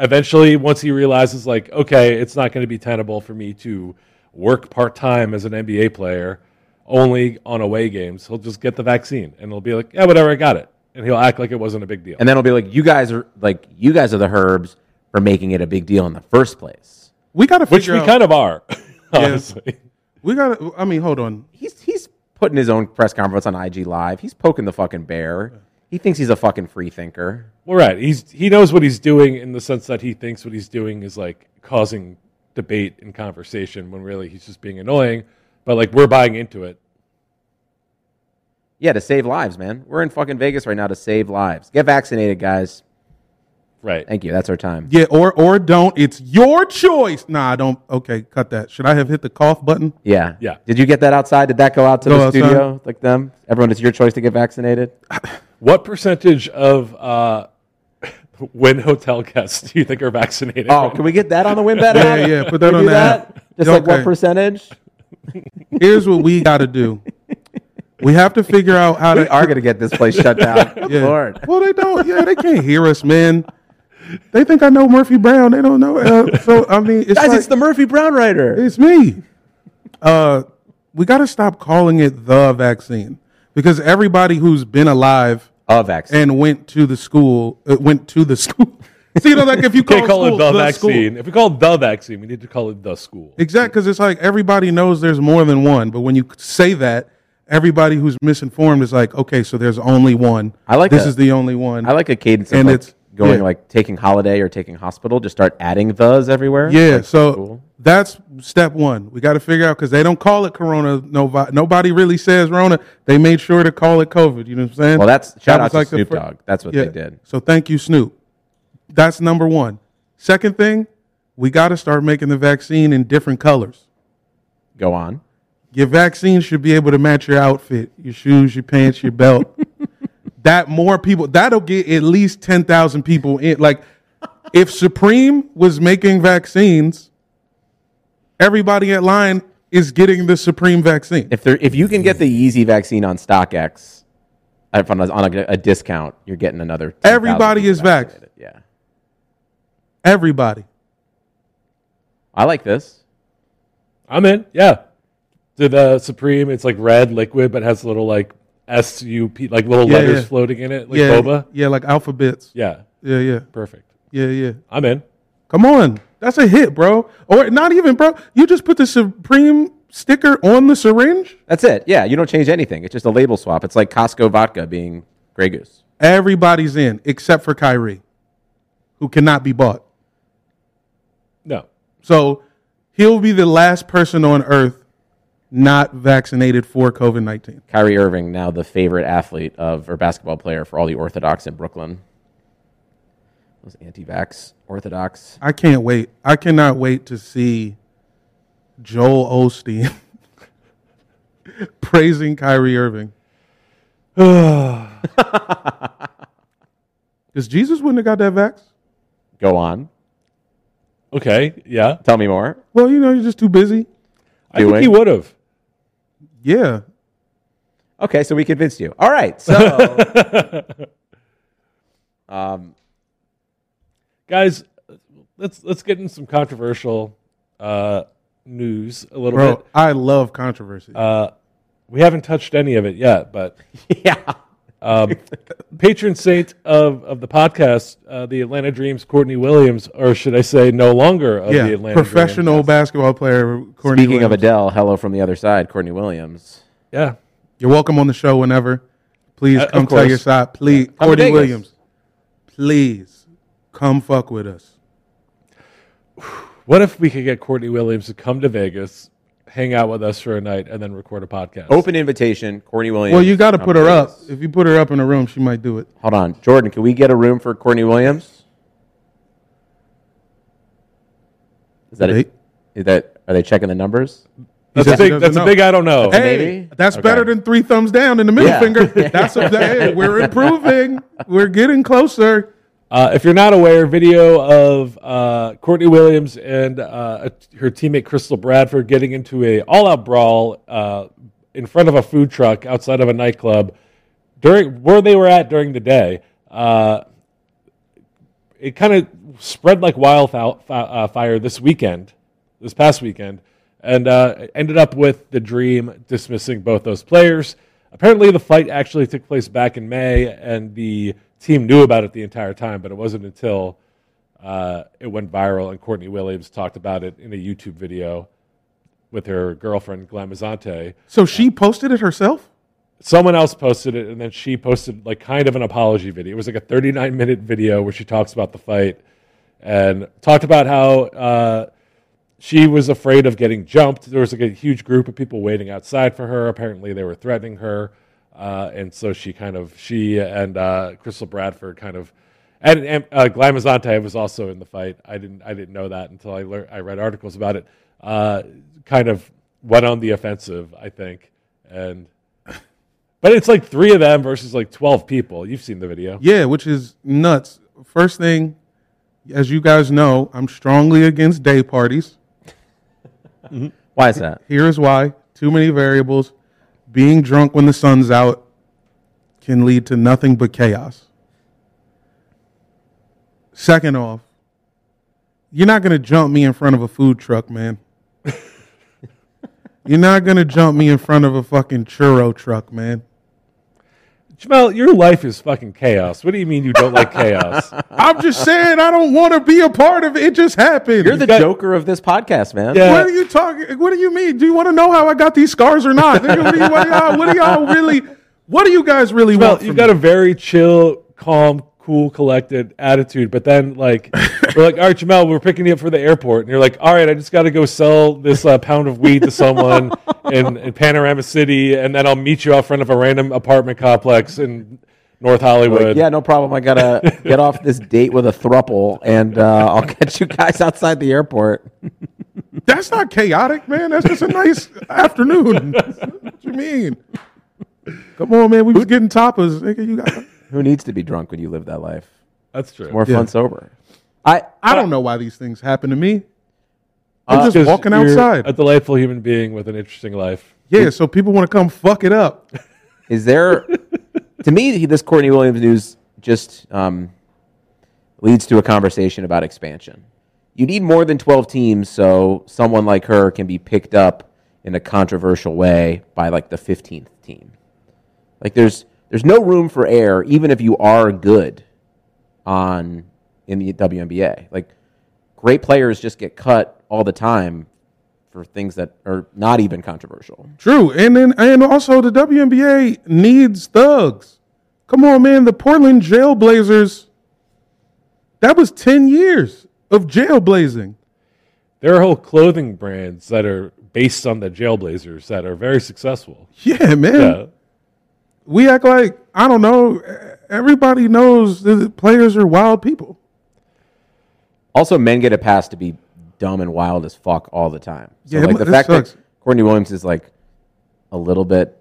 Speaker 5: eventually once he realizes like, "Okay, it's not going to be tenable for me to work part-time as an NBA player only on away games." He'll just get the vaccine and he'll be like, "Yeah, whatever, I got it." And he'll act like it wasn't a big deal.
Speaker 4: and then it'll be like you guys are like you guys are the herbs for making it a big deal in the first place.
Speaker 3: We gotta
Speaker 5: which
Speaker 3: figure
Speaker 5: we
Speaker 3: out-
Speaker 5: kind of are. [laughs] Honestly,
Speaker 3: we gotta. I mean, hold on.
Speaker 4: He's he's putting his own press conference on IG live. He's poking the fucking bear. He thinks he's a fucking free thinker.
Speaker 5: well, right. He's he knows what he's doing in the sense that he thinks what he's doing is like causing debate and conversation when really he's just being annoying. But like we're buying into it.
Speaker 4: Yeah, to save lives, man. We're in fucking Vegas right now to save lives. Get vaccinated, guys.
Speaker 5: Right.
Speaker 4: Thank you. That's our time.
Speaker 3: Yeah, or or don't. It's your choice. Nah, I don't. Okay, cut that. Should I have hit the cough
Speaker 4: [laughs]
Speaker 3: button?
Speaker 4: Yeah.
Speaker 5: Yeah.
Speaker 4: Did you get that outside? Did that go out to
Speaker 3: Go
Speaker 4: the
Speaker 3: outside.
Speaker 4: studio? Like them? Everyone, it's your choice to get vaccinated.
Speaker 5: What percentage of uh, Win Hotel guests do you think are vaccinated?
Speaker 4: [laughs] Oh, can we get that on the win bet?
Speaker 3: Yeah,
Speaker 4: app?
Speaker 3: yeah, put that
Speaker 4: Can we
Speaker 3: on
Speaker 4: do
Speaker 3: the app.
Speaker 4: Just like
Speaker 3: Okay.
Speaker 4: what percentage?
Speaker 3: Here's what we gotta do. We have to figure out how
Speaker 4: We
Speaker 3: to.
Speaker 4: [laughs] are going to get this place shut
Speaker 3: [laughs]
Speaker 4: down.
Speaker 3: Yeah.
Speaker 4: Lord.
Speaker 3: Well, they don't. Yeah, they can't hear us, man. They think I know Murphy Brown. They don't know. Uh, so I mean, it's
Speaker 4: Guys,
Speaker 3: like-
Speaker 4: it's the Murphy Brown writer.
Speaker 3: It's me. Uh, we got to stop calling it the vaccine because everybody who's been alive
Speaker 4: A vaccine.
Speaker 3: and went to the school uh, went to the [laughs] school. See, you know, like if you call,
Speaker 5: can't call
Speaker 3: school
Speaker 5: it the,
Speaker 3: school-
Speaker 5: vaccine. If we call it the vaccine, we need to call it the school.
Speaker 3: Exactly, because it's like everybody knows there's more than one, but when you say that, everybody who's misinformed is like, okay, so there's only one.
Speaker 4: I like
Speaker 3: this
Speaker 4: that.
Speaker 3: is the only one.
Speaker 4: I like a cadence of
Speaker 3: And
Speaker 4: like
Speaker 3: it's-
Speaker 4: going
Speaker 3: yeah.
Speaker 4: like taking holiday or taking hospital. Just start adding the's everywhere.
Speaker 3: Yeah,
Speaker 4: Like,
Speaker 3: so
Speaker 4: cool.
Speaker 3: that's step one. We got to figure out because they don't call it Corona. Nobody, nobody really says Rona. They made sure to call it COVID. You know what I'm saying?
Speaker 4: Well, that's- shout
Speaker 3: That was
Speaker 4: out to
Speaker 3: the
Speaker 4: Snoop
Speaker 3: fir-
Speaker 4: Dogg. That's what they did.
Speaker 3: So thank you, Snoop. That's number one. Second thing, we got to start making the vaccine in different colors.
Speaker 4: go on.
Speaker 3: Your vaccine should be able to match your outfit, your shoes, your pants, your
Speaker 5: [laughs]
Speaker 3: belt. that more people, that'll get at least 10,000 people in. Like, if Supreme was making vaccines, everybody at line is getting the Supreme vaccine.
Speaker 4: If there, if you can get the Yeezy vaccine on StockX, if on, a, on a, a discount, you're getting another. 10,000
Speaker 3: Everybody
Speaker 4: people
Speaker 3: is vaxxed.
Speaker 4: vaccinated. Yeah,
Speaker 3: Everybody.
Speaker 4: I like this.
Speaker 5: I'm in. Yeah. To the Supreme, it's like red liquid, but has little like S U P, like little
Speaker 3: Yeah,
Speaker 5: letters
Speaker 3: yeah.
Speaker 5: floating in it, like
Speaker 3: yeah,
Speaker 5: boba.
Speaker 3: yeah, like alphabets.
Speaker 5: Yeah.
Speaker 3: Yeah, yeah,
Speaker 5: Perfect.
Speaker 3: yeah, yeah.
Speaker 5: I'm in.
Speaker 3: Come on, that's a hit, bro. Or not even, bro. You just put the Supreme sticker on the syringe.
Speaker 4: That's it. Yeah, you don't change anything. It's just a label swap. It's like Costco vodka being Grey Goose.
Speaker 3: Everybody's in except for Kyrie, who cannot be bought.
Speaker 5: No.
Speaker 3: So he'll be the last person on earth not vaccinated for COVID 19.
Speaker 4: Kyrie Irving now the favorite athlete of or basketball player for all the Orthodox in Brooklyn. Those anti-vax Orthodox.
Speaker 3: I can't wait. I cannot wait to see Joel Osteen [laughs] praising Kyrie Irving. [sighs] Because Jesus wouldn't have got that vax.
Speaker 4: Go on.
Speaker 5: Okay. Yeah.
Speaker 4: Tell me more.
Speaker 3: Well, you know, you're just too busy.
Speaker 5: I think
Speaker 4: Doing.
Speaker 5: he would have.
Speaker 3: Yeah.
Speaker 4: Okay, so we convinced you. All
Speaker 3: [laughs]
Speaker 4: right, so um,
Speaker 5: Guys, let's let's get in some controversial uh, news a little
Speaker 3: Bro,
Speaker 5: bit.
Speaker 3: I love controversy.
Speaker 5: Uh, we haven't touched any of it yet, but
Speaker 4: [laughs] yeah,
Speaker 5: Um, patron saint of, of the podcast, uh, the Atlanta Dreams, Courtney Williams, or should I say, no longer of
Speaker 3: yeah.
Speaker 5: the Atlanta
Speaker 3: Professional
Speaker 5: Dreams.
Speaker 3: basketball player, Courtney.
Speaker 4: Speaking of
Speaker 3: Williams.
Speaker 4: Adele, hello from the other side, Courtney Williams.
Speaker 5: Yeah,
Speaker 3: You're welcome on the show whenever. Please
Speaker 5: Uh, of
Speaker 3: come tell your
Speaker 5: course.
Speaker 3: side. Please,
Speaker 4: to
Speaker 3: Courtney
Speaker 4: Vegas.
Speaker 3: Williams. Please come fuck with us.
Speaker 5: what if we could get Courtney Williams to come to Vegas, hang out with us for a night, and then record a podcast?
Speaker 4: Open invitation, Courtney Williams.
Speaker 3: Well, you got to
Speaker 4: Oh,
Speaker 3: put her up.
Speaker 4: please.
Speaker 3: If you put her up in a room, she might do it.
Speaker 4: Hold on, Jordan. Can we get a room for Courtney Williams? Is that
Speaker 3: They-
Speaker 4: it? Is that are they checking the numbers?
Speaker 5: that's
Speaker 3: He
Speaker 5: a
Speaker 3: says he
Speaker 5: big.
Speaker 3: doesn't
Speaker 5: That's a
Speaker 3: know.
Speaker 5: big. I don't know.
Speaker 3: Hey,
Speaker 4: maybe?
Speaker 3: that's
Speaker 4: Okay.
Speaker 3: better than three thumbs down and the middle
Speaker 4: Yeah.
Speaker 3: finger. That's a, hey, we're improving. We're getting closer.
Speaker 5: Uh, if you're not aware, video of uh, Courtney Williams and uh, her teammate Crystal Bradford getting into a all-out brawl uh, in front of a food truck outside of a nightclub during where they were at during the day. Uh, it kind of spread like wildfire uh, fire this weekend, this past weekend, and uh, ended up with the Dream dismissing both those players. Apparently, the fight actually took place back in May, and the team knew about it the entire time, but it wasn't until uh, it went viral and Courtney Williams talked about it in a YouTube video with her girlfriend, Glamazante.
Speaker 3: So she posted it herself?
Speaker 5: Someone else posted it, and then she posted like kind of an apology video. It was like a 39 minute video where she talks about the fight and talked about how uh, she was afraid of getting jumped. There was like a huge group of people waiting outside for her. Apparently, they were threatening her, uh, and so she kind of she and uh, Crystal Bradford kind of and, and uh, Glamazante was also in the fight. I didn't I didn't know that until I learned I read articles about it. Uh, kind of went on the offensive, I think, and. But it's like three of them versus like twelve people. You've seen the video.
Speaker 3: Yeah, which is nuts. First thing, as you guys know, I'm strongly against day parties.
Speaker 4: Why is that?
Speaker 3: Here is why. Too many variables. being drunk when the sun's out can lead to nothing but chaos. Second off, you're not going to jump me in front of a food truck, man. [laughs] you're not going to jump me in front of a fucking churro truck, man.
Speaker 5: Jamal, your life is fucking chaos. What do you mean you don't
Speaker 3: [laughs]
Speaker 5: like chaos?
Speaker 3: I'm just saying I don't want to be a part of it. It just happened.
Speaker 4: You're the Joker of this podcast, man.
Speaker 5: Yeah.
Speaker 3: What are you talking? What do you mean? Do you want to know how I got these scars or not? Nigga, what, do you, what, do y'all, what do y'all really? What do you guys really
Speaker 5: Well,
Speaker 3: want?
Speaker 5: you've
Speaker 3: from
Speaker 5: got
Speaker 3: me?
Speaker 5: a very chill, calm, cool, collected attitude, but
Speaker 3: [laughs]
Speaker 5: then like we're like, all right, Jamel, we're picking you up for the airport, and you're like, all right, I just got to go sell this uh, pound of weed
Speaker 3: [laughs]
Speaker 5: to someone in, in Panorama City, and then I'll meet you out front of a random apartment complex in North Hollywood.
Speaker 4: Like, yeah, no problem. I gotta
Speaker 3: [laughs]
Speaker 4: get off this date with a thruple, and uh, I'll catch you guys [laughs] outside the airport.
Speaker 3: That's not chaotic, man. That's just a
Speaker 5: [laughs]
Speaker 3: nice afternoon. what you mean? Come on, man. We was getting tapas. Nigga, you got.
Speaker 4: Who needs to be drunk when you live that life?
Speaker 5: that's true.
Speaker 4: More
Speaker 3: Yeah.
Speaker 4: fun sober. I
Speaker 3: I don't know why these things happen to me. I'm just walking
Speaker 5: Uh, You're
Speaker 3: outside.
Speaker 5: a delightful human being with an interesting life.
Speaker 3: yeah, so people want to come fuck it
Speaker 5: [laughs]
Speaker 3: up.
Speaker 4: Is there, to me, this Courtney Williams news just um, leads to a conversation about expansion. You need more than 12 teams so someone like her can be picked up in a controversial way by like the 15th team. Like there's there's no room for error even if you are good on in the WNBA. Like great players just get cut all the time for things that are not even controversial.
Speaker 3: True, and then and also the WNBA needs thugs. Come on, man. The Portland Jailblazers. That was ten years of jailblazing.
Speaker 5: There are whole clothing brands that are based on the jailblazers that are very successful.
Speaker 3: Yeah, man.
Speaker 5: Yeah.
Speaker 3: We act like I don't know. Everybody knows that players are wild people.
Speaker 4: Also, men get a pass to be dumb and wild as fuck all the time. So,
Speaker 3: Yeah,
Speaker 4: like
Speaker 3: it-
Speaker 4: the
Speaker 3: it
Speaker 4: fact
Speaker 3: sucks.
Speaker 4: that Courtney Williams is like a little bit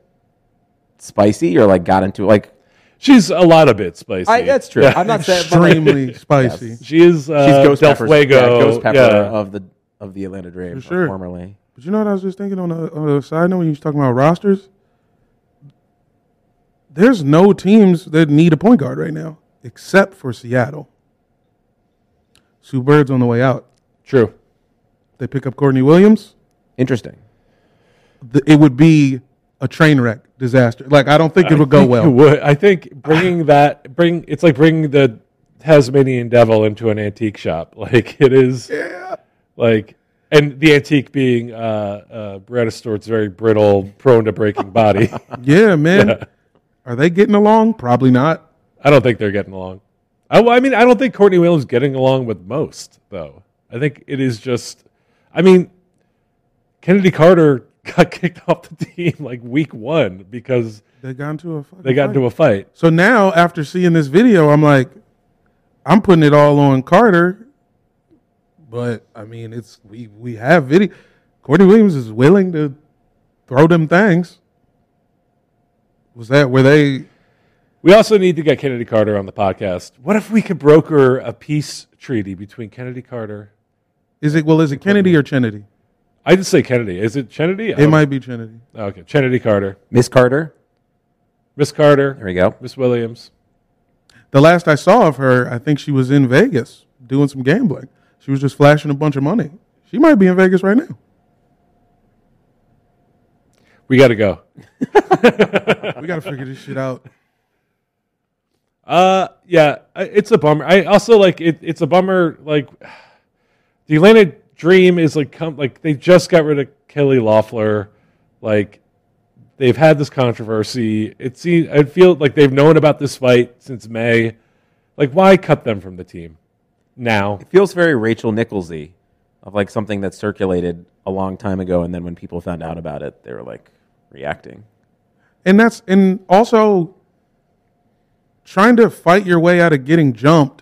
Speaker 4: spicy or like got into like
Speaker 5: She's a lot of bit spicy.
Speaker 4: I, that's true.
Speaker 5: Yeah.
Speaker 4: I'm not saying but, like,
Speaker 3: Extremely spicy.
Speaker 5: [laughs] She is uh,
Speaker 4: she's Ghost
Speaker 5: Del
Speaker 4: Pepper,
Speaker 5: Fuego.
Speaker 4: yeah, Ghost Pepper Uh,
Speaker 5: yeah.
Speaker 4: of the of the Atlanta Dream, uh,
Speaker 3: For sure.
Speaker 4: formerly.
Speaker 3: But you know what I was just thinking on a, on a side note when you was talking about rosters? There's no teams that need a point guard right now except for Seattle. Sue Bird's on the way out.
Speaker 5: True.
Speaker 3: They pick up Courtney Williams.
Speaker 4: Interesting.
Speaker 3: th- it would be a train wreck disaster. Like, I don't think it would
Speaker 5: [laughs]
Speaker 3: go
Speaker 5: It
Speaker 3: well.
Speaker 5: would. I think
Speaker 4: [sighs]
Speaker 5: bringing that bring it's like bringing the Tasmanian devil into an antique shop. [laughs] Like it is. Like and the antique being uh, uh, Beretta Stewart's very brittle, prone to breaking
Speaker 4: [laughs]
Speaker 5: body.
Speaker 3: Yeah, man.
Speaker 5: [laughs]
Speaker 3: Are they getting along? Probably not.
Speaker 5: I don't think they're getting along. I, well, I mean, I don't think Courtney Williams is getting along with most though. I think it is just. I mean, Kennedy Carter [laughs] got kicked off the team like week one because
Speaker 3: They got into a fucking
Speaker 5: they got into a fight.
Speaker 3: So now, after seeing this video, I'm like, I'm putting it all on Carter. But I mean, it's we we have video. Courtney Williams is willing to throw them things. Was that where they?
Speaker 5: We also need to get Kennedy Carter on the podcast. What if we could broker a peace treaty between Kennedy Carter?
Speaker 3: Is it well? Is it Kennedy or Kennedy?
Speaker 5: I just say Kennedy. Is it Kennedy?
Speaker 3: It might be Kennedy.
Speaker 5: Okay, Kennedy Carter,
Speaker 4: Miss Carter.
Speaker 5: Miss Carter,
Speaker 4: There we go.
Speaker 5: Miss Williams.
Speaker 3: The last I saw of her, I think she was in Vegas doing some gambling. She was just flashing a bunch of money. She might be in Vegas right now.
Speaker 5: We got to go.
Speaker 3: We got to figure this shit out.
Speaker 5: Uh, yeah, I- it's a bummer. I also like it. It's a bummer. Like [sighs] the Atlanta Dream is like come like they just got rid of Kelly Loeffler. Like they've had this controversy. It seems I feel like they've known about this fight since May. Like why cut them from the team now?
Speaker 4: Feels very Rachel Nicholsy of like something that circulated a long time ago, and then when people found out about it, they were like reacting.
Speaker 3: And that's and also trying to fight your way out of getting jumped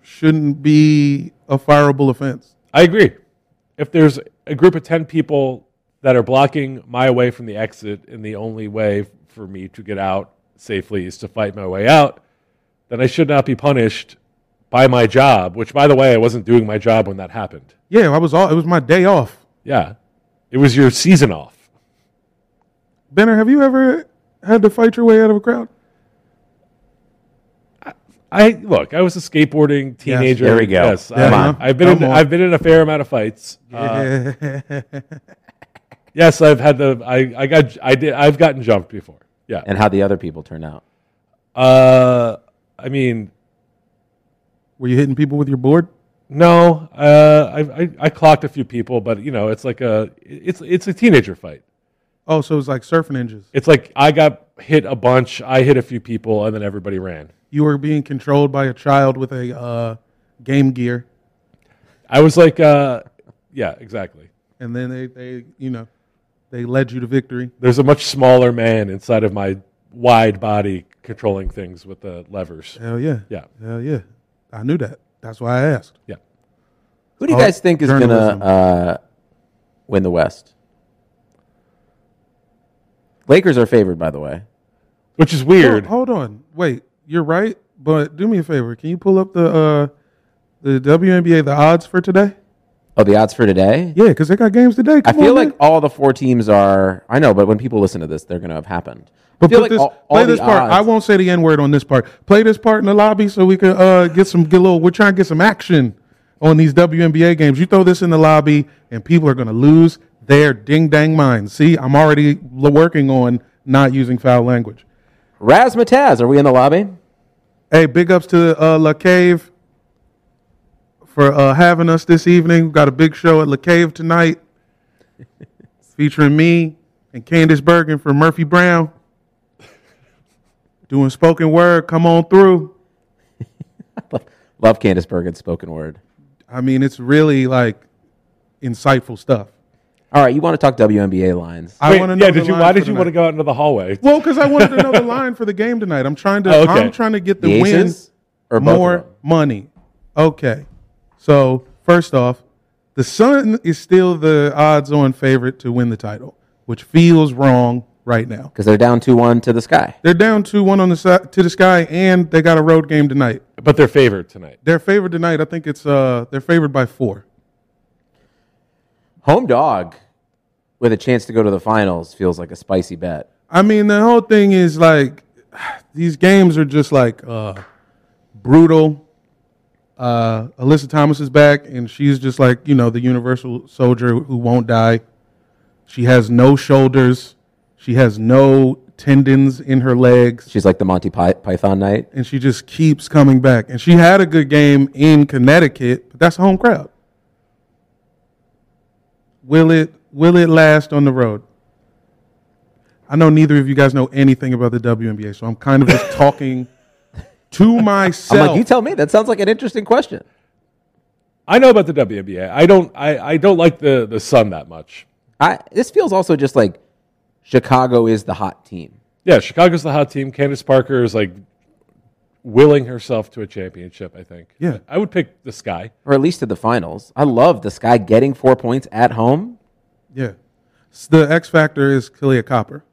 Speaker 3: shouldn't be a fireable offense.
Speaker 5: I agree. If there's a group of 10 people that are blocking my way from the exit, and the only way for me to get out safely is to fight my way out, then I should not be punished by my job, which, by the way, I wasn't doing my job when that happened.
Speaker 3: Yeah, I was all it was my day off.
Speaker 5: Yeah. It was your season off.
Speaker 3: Benner, have you ever had to fight your way out of a crowd?
Speaker 5: I look. I was a skateboarding teenager.
Speaker 4: There we go.
Speaker 5: Yes,
Speaker 4: Come
Speaker 5: I,
Speaker 3: on.
Speaker 5: I've been in,
Speaker 3: Come on.
Speaker 5: I've been in a fair amount of fights. Uh,
Speaker 4: [laughs]
Speaker 5: yes, I've had the. I, I got. I did. I've gotten jumped before. Yeah.
Speaker 4: and how the other people turn out.
Speaker 5: Uh, I mean,
Speaker 3: Were you hitting people with your board?
Speaker 5: no. Uh, I, I I clocked a few people, but you know, it's like a it's it's a teenager fight.
Speaker 3: Oh, so it was like surf ninjas.
Speaker 5: It's like I got hit a bunch. I hit a few people, and then everybody ran.
Speaker 3: You were being controlled by a child with a uh, Game Gear,
Speaker 5: I was like, uh, yeah, exactly.
Speaker 3: and then they, they, you know, they led you to victory.
Speaker 5: There's a much smaller man inside of my wide body controlling things with the levers.
Speaker 3: Hell yeah.
Speaker 5: Yeah.
Speaker 3: Hell yeah. I knew that. That's why I asked.
Speaker 5: Yeah.
Speaker 4: Who do you
Speaker 3: Oh,
Speaker 4: guys think is going to
Speaker 3: journalism.
Speaker 4: uh, win the West? Lakers are favored, by the way.
Speaker 5: Which is weird.
Speaker 3: Hold, hold on. Wait. You're right, but do me a favor. Can you pull up the uh, the WNBA the odds for today?
Speaker 4: Oh, the odds for today?
Speaker 3: Yeah, because they got games today.
Speaker 4: I
Speaker 3: Come
Speaker 4: feel
Speaker 3: on,
Speaker 4: like
Speaker 3: man.
Speaker 4: all the four teams are. I know, but when people listen to this, they're going to have happened. I
Speaker 3: But
Speaker 4: feel
Speaker 3: put
Speaker 4: like
Speaker 3: this,
Speaker 4: all- all
Speaker 3: play
Speaker 4: the
Speaker 3: this part. I
Speaker 4: odds-
Speaker 3: won't say the N word on this part. Play this part in the lobby so we can uh, get some get a little. We're trying to get some action on these WNBA games. You throw this in the lobby, and people are going to lose their ding dang minds. See, I'm already l- working on not using foul language.
Speaker 4: Razzmatazz, are we in the lobby?
Speaker 3: Hey, big ups to uh, La Cave for uh, having us this evening. We've got a big show at La Cave
Speaker 5: [laughs]
Speaker 3: tonight featuring me and Candace Bergen from Murphy Brown doing spoken word. Come on through.
Speaker 4: Love Candace Bergen's spoken word.
Speaker 3: I mean, it's really like insightful stuff.
Speaker 4: All right, you want to talk WNBA lines?
Speaker 3: I
Speaker 5: Wait,
Speaker 3: want to know.
Speaker 5: yeah,
Speaker 3: the
Speaker 5: did you?
Speaker 3: line
Speaker 5: Why
Speaker 3: for
Speaker 5: did you want to
Speaker 3: tonight.
Speaker 5: go out into the hallway?
Speaker 3: Well, because I wanted to
Speaker 5: [laughs]
Speaker 3: know the line for the game tonight. I'm trying to.
Speaker 5: Oh, okay.
Speaker 3: I'm trying to get the,
Speaker 4: the
Speaker 3: win.
Speaker 4: Aces or both of
Speaker 3: more
Speaker 4: them?
Speaker 3: money. Okay. So, first off, the Sun is still the odds on favorite to win the title, which feels wrong right now.
Speaker 4: Because they're down two one to the sky.
Speaker 3: They're down 2 1 on the si- to the sky, and they got a road game tonight.
Speaker 5: But they're favored tonight.
Speaker 3: They're favored tonight. I think it's uh they're favored by four.
Speaker 4: Home dog with a chance to go to the finals feels like a spicy bet.
Speaker 3: I mean, the whole thing is like these games are just like uh, brutal. Uh, Alyssa Thomas is back, and she's just like you know the universal soldier who won't die. She has no shoulders. She has no tendons in her legs,
Speaker 4: She's like the Monty Py- Python night.
Speaker 3: and she just keeps coming back. And she had a good game in Connecticut, but that's home crowd. Will it? Will it last on the road? I know neither of you guys know anything about the WNBA, so I'm kind of just talking to
Speaker 4: I'm
Speaker 3: myself.
Speaker 4: like, you tell me. That sounds like an interesting question.
Speaker 5: I know about the WNBA. I don't. I, I don't like the the sun that much.
Speaker 4: I this feels also just like Chicago is the hot team.
Speaker 5: Yeah, Chicago's the hot team. Candace Parker is like willing herself to a championship. I think.
Speaker 3: Yeah.
Speaker 5: I would pick the sky.
Speaker 4: or at least to the finals. I love this guy getting four points at home.
Speaker 3: yeah. S- the X factor is Kalia Copper.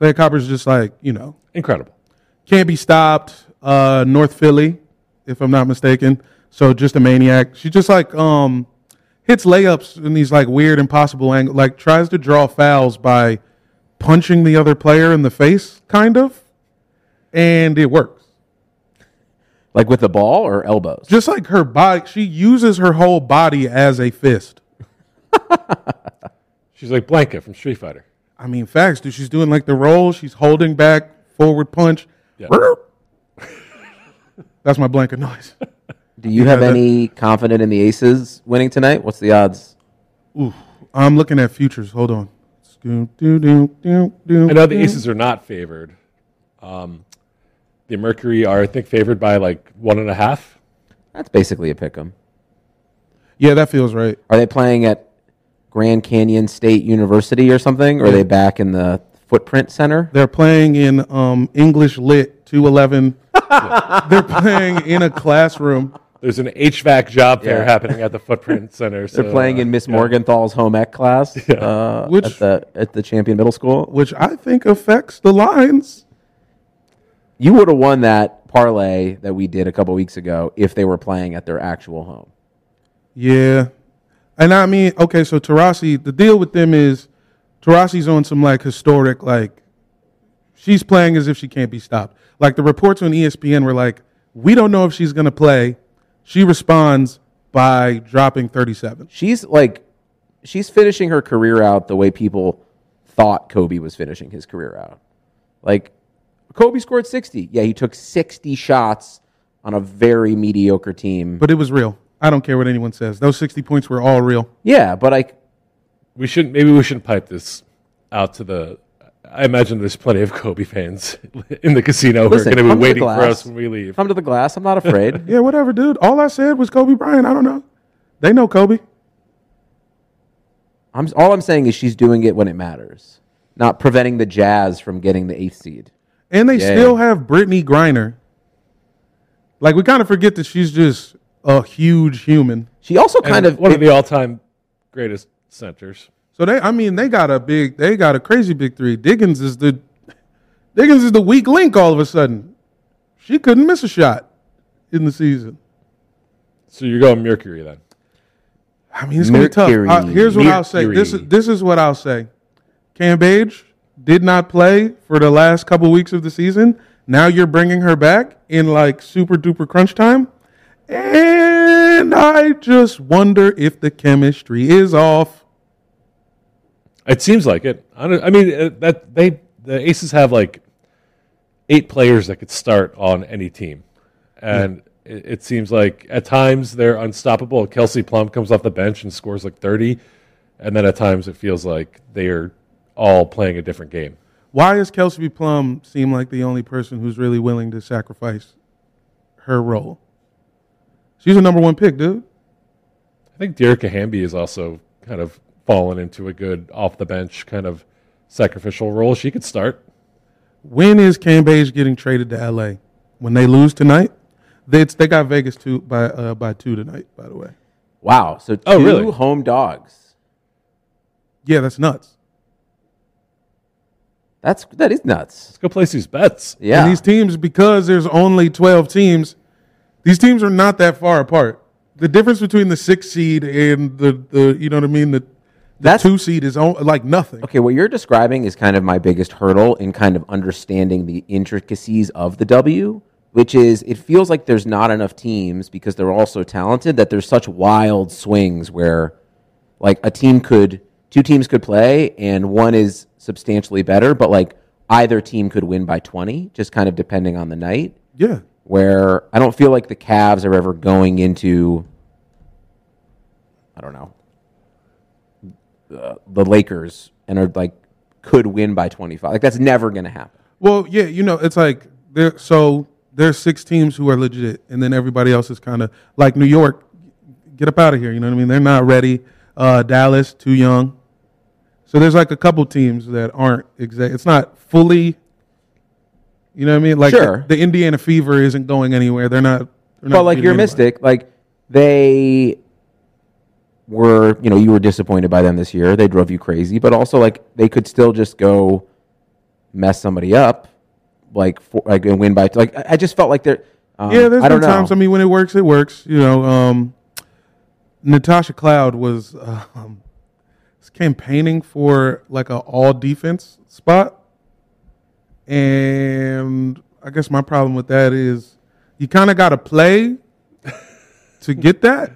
Speaker 3: Kalia Copper's just like you know
Speaker 5: Incredible.
Speaker 3: can't be stopped. Uh, North Philly, if I'm not mistaken. So just a maniac. She just like um hits layups in these like weird impossible angle. Like tries to draw fouls by punching the other player in the face, kind of, and it works.
Speaker 4: Like with the ball or elbows?
Speaker 3: just like her body she uses her whole body as a fist
Speaker 5: She's like Blanca from Street Fighter.
Speaker 3: i mean facts dude she's doing like the roll she's holding back forward punch [laughs] that's my blanket noise
Speaker 4: Do you have
Speaker 3: that-
Speaker 4: any confident in the Aces winning tonight? What's the odds?
Speaker 3: i'm looking at futures hold on
Speaker 5: I know the
Speaker 4: Mm-hmm.
Speaker 5: Aces are not favored. Um, the Mercury are, I think, favored by like one and a half.
Speaker 4: That's basically a pick 'em.
Speaker 3: yeah that feels right
Speaker 4: Are they playing at Grand Canyon State University or something? Or are they back in the Footprint Center?
Speaker 3: they're playing in um, english lit 211 they're playing in a classroom
Speaker 5: There's an HVAC job fair
Speaker 4: Yeah.
Speaker 5: happening at
Speaker 4: [laughs]
Speaker 5: the Footprint
Speaker 4: They're
Speaker 5: Center. so,
Speaker 4: playing
Speaker 5: uh,
Speaker 4: in Miss Morgenthal's home ec class uh,
Speaker 3: Which-
Speaker 4: at, the, at the Champion Middle School.
Speaker 3: which i think affects the lines
Speaker 4: You would have won that parlay that we did a couple weeks ago if they were playing at their actual home.
Speaker 3: Yeah. And I mean, okay, so Tarasi, the deal with them is Tarasi's on some like historic like she's playing as if she can't be stopped. Like the reports on E ESPN were like, we don't know if she's gonna play. She responds by dropping 37.
Speaker 4: She's like, she's finishing her career out the way people thought Kobe was finishing his career out. Like, Kobe scored 60. Yeah, he took 60 shots on a very mediocre team.
Speaker 3: But it was real. I don't care what anyone says. Those 60 points were all real.
Speaker 4: yeah, but like,
Speaker 5: We shouldn't. Maybe we shouldn't pipe this out to the. I imagine there's plenty of Kobe fans [laughs] in the casino
Speaker 4: listen,
Speaker 5: who are going to
Speaker 4: come
Speaker 5: be
Speaker 4: to the
Speaker 5: waiting for
Speaker 4: glass.
Speaker 5: us when we leave.
Speaker 4: Come to the glass. I'm not
Speaker 5: [laughs]
Speaker 4: afraid.
Speaker 3: Yeah, whatever, dude. All I said was Kobe Bryant. I don't know. They know Kobe.
Speaker 4: I'm, all I'm saying is she's doing it when it matters, not preventing the Jazz from getting the eighth seed.
Speaker 3: And they
Speaker 4: Yeah.
Speaker 3: still have Brittany Griner. Like we kind of forget that she's just a huge human.
Speaker 4: She also
Speaker 5: And
Speaker 4: kind of.
Speaker 5: one of the all-time greatest centers.
Speaker 3: So they I mean they got a big they got a crazy big three. Diggins is the Diggins is the weak link all of a sudden. She couldn't miss a shot in the season.
Speaker 5: So you're going Mercury then?
Speaker 3: I mean it's gonna be tough.
Speaker 4: Mercury.
Speaker 3: Uh, here's what I'll say. This is
Speaker 4: Mercury.
Speaker 3: this is what I'll say. Cambage did not play for the last couple weeks of the season. Now you're bringing her back in like super duper crunch time. And I just wonder if the chemistry is off.
Speaker 5: It seems like it. I, don't, I mean, uh, that they the Aces have like eight players that could start on any team, and it, it seems like at times they're unstoppable. Kelsey Plum comes off the bench and scores like thirty, and then at times it feels like they are all playing a different game.
Speaker 3: Why does Kelsey Plum seem like the only person who's really willing to sacrifice her role? She's a number one pick, dude.
Speaker 5: I think Derek Hamby is also kind of fallen into a good off the bench kind of sacrificial role. She could start.
Speaker 3: When is Cambage getting traded to LA? When they lose tonight? They, it's- they got Vegas two by uh, by two tonight, by the way.
Speaker 4: wow. So two
Speaker 5: Oh, really?
Speaker 4: home dogs.
Speaker 3: Yeah, that's nuts.
Speaker 4: That's that is nuts.
Speaker 5: Let's go place these bets.
Speaker 4: Yeah.
Speaker 3: And these teams, because there's only 12 teams, these teams are not that far apart. The difference between the six seed and the, the you know what I mean, the, the
Speaker 4: That's-
Speaker 3: two seed is on, like nothing.
Speaker 4: Okay, what you're describing is kind of my biggest hurdle in kind of understanding the intricacies of the W, which is it feels like there's not enough teams because they're all so talented that there's such wild swings where like a team could two teams could play and one is substantially better, but like either team could win by 20, just kind of depending on the night,
Speaker 3: Yeah.
Speaker 4: where I don't feel like the Cavs are ever going into I don't know the Lakers and are like could win by 25. Like that's never going to happen.
Speaker 3: Well, yeah, you know, it's like there. So there's six teams who are legit, and then everybody else is kind of like New York. Get up out of here. You know what I mean? They're not ready. Uh, Dallas too young. So there's like a couple teams that aren't exact. It's not fully. You know what I mean? Like
Speaker 4: Sure.
Speaker 3: the, the Indiana Fever isn't going anywhere. They're not. They're not
Speaker 4: but like
Speaker 3: beating
Speaker 4: you're
Speaker 3: anybody.
Speaker 4: Mystic, like they were, you know, you were disappointed by them this year. They drove you crazy, but also like they could still just go mess somebody up, like for, like and win by like I I just felt like they're. Um,
Speaker 3: Yeah, there's
Speaker 4: I don't
Speaker 3: been
Speaker 4: know.
Speaker 3: times. I mean, when it works, it works. You know, um, Natasha Cloud was um, was campaigning for like a all defense spot, and I guess my problem with that is you kind of got to play to get that.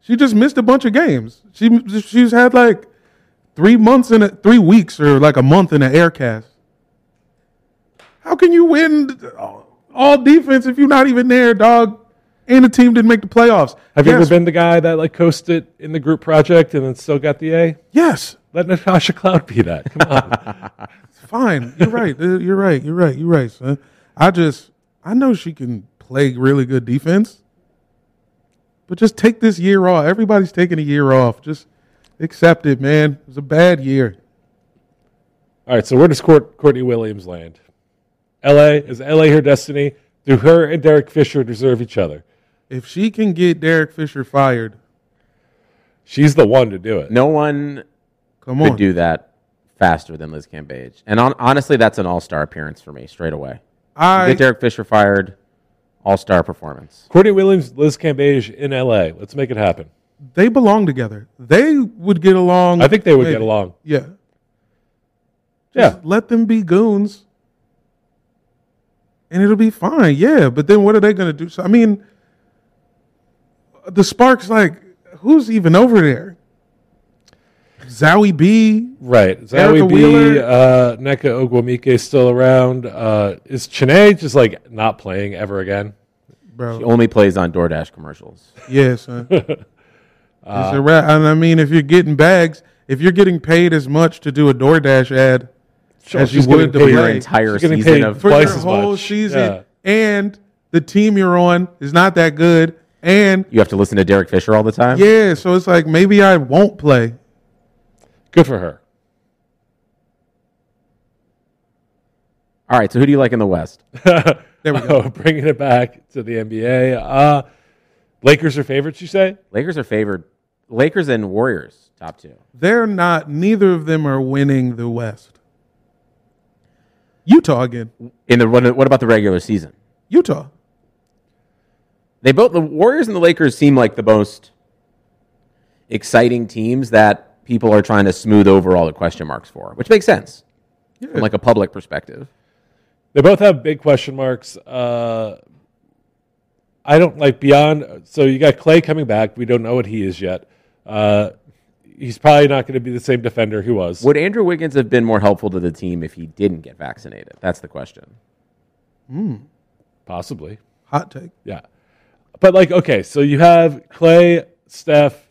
Speaker 3: She just missed a bunch of games. She she's had like three months in a, three weeks or like a month in an air cast. How can you win all defense if you're not even there, dog? And the team didn't make the playoffs.
Speaker 5: Have you
Speaker 3: Yes.
Speaker 5: ever been the guy that like coasted in the group project and then still got the A?
Speaker 3: Yes.
Speaker 5: Let Natasha Cloud be that. Come
Speaker 3: [laughs]
Speaker 5: on.
Speaker 3: Fine. You're right. dude. You're right. You're right. You're right, son. I just I know she can play really good defense. But just take this year off. Everybody's taking a year off. Just accept it, man. It was a bad year.
Speaker 5: All right, so where does Court, Courtney Williams land? L.A. is L.A. her destiny? Do her and Derek Fisher deserve each other?
Speaker 3: If she can get Derek Fisher fired,
Speaker 5: She's the one to do it.
Speaker 4: no one
Speaker 3: come
Speaker 4: could
Speaker 3: on.
Speaker 4: do that faster than Liz Cambage, and on, honestly, that's an all-star appearance for me straight away.
Speaker 3: I
Speaker 4: Get Derek Fisher fired, all-star performance.
Speaker 5: Courtney Williams, Liz Cambage in L.A. Let's make it happen.
Speaker 3: they belong together. They would get along.
Speaker 5: I think they would
Speaker 3: maybe.
Speaker 5: get along.
Speaker 3: Yeah.
Speaker 5: Yeah.
Speaker 3: Let them be goons, and it'll be fine. Yeah, but then what are they going to do? So I mean, the Sparks like who's even over there? Zowie B.
Speaker 5: Right.
Speaker 3: Erica
Speaker 5: Zowie B,
Speaker 3: Wheeler?
Speaker 5: uh, Neka Ogwamike is still around. Uh, is Chine just like not playing ever again?
Speaker 3: Bro,
Speaker 4: She only plays on DoorDash commercials.
Speaker 3: Yeah,
Speaker 5: [laughs]
Speaker 3: son. it's
Speaker 5: Uh,
Speaker 3: a wrap. And I mean, if you're getting bags, if you're getting paid as much to do a DoorDash ad as you
Speaker 5: she's
Speaker 3: would to
Speaker 5: getting paid
Speaker 4: Your
Speaker 5: Right.
Speaker 3: play
Speaker 4: entire
Speaker 5: She's getting
Speaker 4: season
Speaker 5: paid
Speaker 4: of
Speaker 3: for your
Speaker 5: twice as
Speaker 3: whole
Speaker 5: much.
Speaker 3: season,
Speaker 5: Yeah.
Speaker 3: and the team you're on is not that good, and
Speaker 4: you have to listen to Derek Fisher all the time.
Speaker 3: yeah, so it's like maybe I won't play.
Speaker 5: Good for her.
Speaker 4: All right. So who do you like in the West?
Speaker 3: There we go.
Speaker 5: Oh, [laughs] bringing it back to the NBA. Uh, Lakers are favorites, you say?
Speaker 4: Lakers are favored. Lakers and Warriors top two.
Speaker 3: They're not. Neither of them are winning the West. Utah again.
Speaker 4: In the what, what about the regular season?
Speaker 3: Utah.
Speaker 4: They both the Warriors and the Lakers seem like the most exciting teams that people are trying to smooth over all the question marks for, which makes sense
Speaker 5: Oh
Speaker 4: from like a public perspective.
Speaker 5: They both have big question marks. Uh, I don't like beyond. So you got Clay coming back. We don't know what he is yet. Uh, he's probably not going to be the same defender he was.
Speaker 4: Would Andrew Wiggins have been more helpful to the team if he didn't get vaccinated? That's the question.
Speaker 5: Possibly.
Speaker 3: Hot take.
Speaker 5: Yeah. But like, okay, so you have Clay, Steph,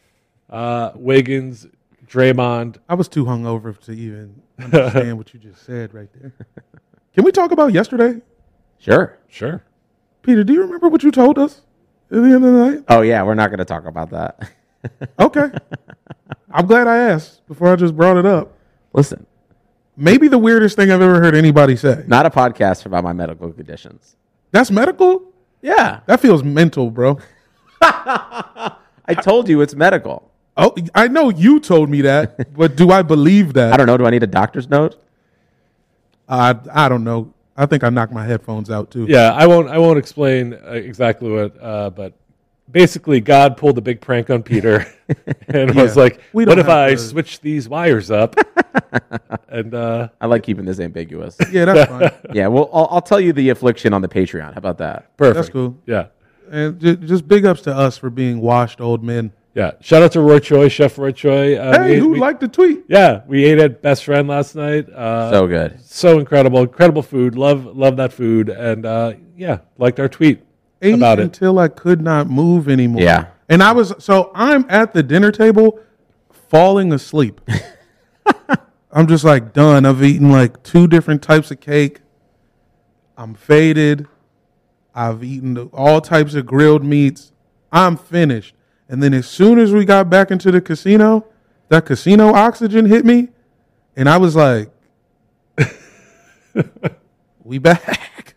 Speaker 5: uh, Wiggins, Draymond.
Speaker 3: I was too hungover to even understand what you just said right there. Can we talk about yesterday?
Speaker 4: Sure.
Speaker 5: Sure.
Speaker 3: Peter, do you remember what you told us at the end of the night?
Speaker 4: Oh yeah, we're not going to talk about that. [laughs]
Speaker 3: Okay. I'm glad I asked before I just brought it up.
Speaker 4: Listen,
Speaker 3: Maybe the weirdest thing I've ever heard anybody say.
Speaker 4: not a podcast about my medical conditions.
Speaker 3: That's medical?
Speaker 4: Yeah,
Speaker 3: That feels mental, bro.
Speaker 4: I told you it's medical.
Speaker 3: Oh, I know you told me that, but do I believe that?
Speaker 4: I don't know. Do I need a doctor's note?
Speaker 3: I, I don't know. I think I knocked my headphones out too.
Speaker 5: Yeah, I won't. I won't explain uh, exactly what. Uh, but basically, God pulled a big prank
Speaker 3: [laughs]
Speaker 5: on Peter, and was
Speaker 3: Yeah.
Speaker 5: like,
Speaker 3: We
Speaker 5: "What
Speaker 3: don't
Speaker 5: if
Speaker 3: have
Speaker 5: I
Speaker 3: to-
Speaker 5: switch these
Speaker 3: [laughs]
Speaker 5: wires up?" and uh,
Speaker 4: I like keeping this [laughs] ambiguous.
Speaker 3: Yeah, that's fine.
Speaker 4: yeah, well, I'll, I'll tell you the affliction on the Patreon. How about that?
Speaker 5: perfect.
Speaker 3: That's cool.
Speaker 5: Yeah,
Speaker 3: And ju- just big ups to us for being washed old men.
Speaker 5: yeah. Shout out to Roy Choi, Chef Roy Choi. Uh,
Speaker 3: Hey,
Speaker 5: we-
Speaker 3: who
Speaker 5: we-
Speaker 3: liked the tweet?
Speaker 5: Yeah, we ate at Best Friend last night. Uh,
Speaker 4: so good.
Speaker 5: so incredible, incredible food. Love, love that food, and uh, yeah, liked our tweet
Speaker 3: ate
Speaker 5: about it.
Speaker 3: until I could not move anymore.
Speaker 4: Yeah.
Speaker 3: And I was so I'm at the dinner table falling
Speaker 5: [laughs]
Speaker 3: asleep. I'm just like done. I've eaten like two different types of cake. I'm faded. I've eaten the- all types of grilled meats. I'm finished. And then as soon as we got back into the casino, that casino oxygen hit me and I was
Speaker 5: [laughs]
Speaker 3: like we back.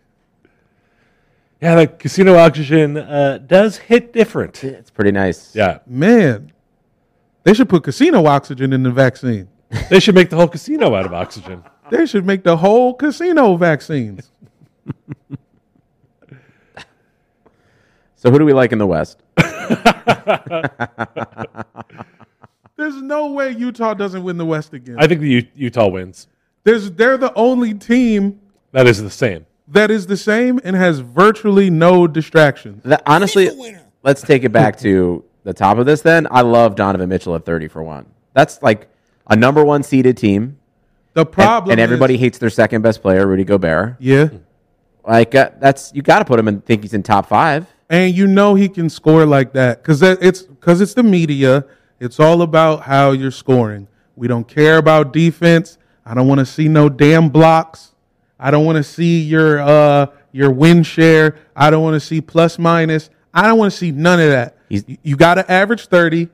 Speaker 5: Yeah, the casino oxygen uh, does hit different.
Speaker 4: It's pretty nice.
Speaker 5: Yeah,
Speaker 3: Man, they should put casino oxygen in the vaccine.
Speaker 5: they should make the whole casino out of oxygen.
Speaker 3: They should make the whole casino vaccines.
Speaker 4: So who do we like in the West?
Speaker 3: There's no way Utah doesn't win the West again.
Speaker 5: I think the U- Utah wins.
Speaker 3: There's they're the only team
Speaker 5: That is the same.
Speaker 3: that is the same and has virtually no distractions.
Speaker 4: [laughs] The- honestly, let's take it [laughs] back to the top of this. Then I love Donovan Mitchell at thirty for one. That's like a number one seeded team,
Speaker 3: The
Speaker 4: and,
Speaker 3: problem
Speaker 4: and
Speaker 3: is-
Speaker 4: everybody hates their second best player, Rudy Gobert.
Speaker 3: yeah,
Speaker 4: Like uh, that's you got to put him in. Think he's in top five.
Speaker 3: and you know he can score like that because it's because it's the media. It's all about how you're scoring. We don't care about defense. I don't want to see no damn blocks. I don't want to see your uh your win share. I don't want to see plus minus. I don't want to see none of that.
Speaker 4: He's-
Speaker 3: You- you got to average thirty,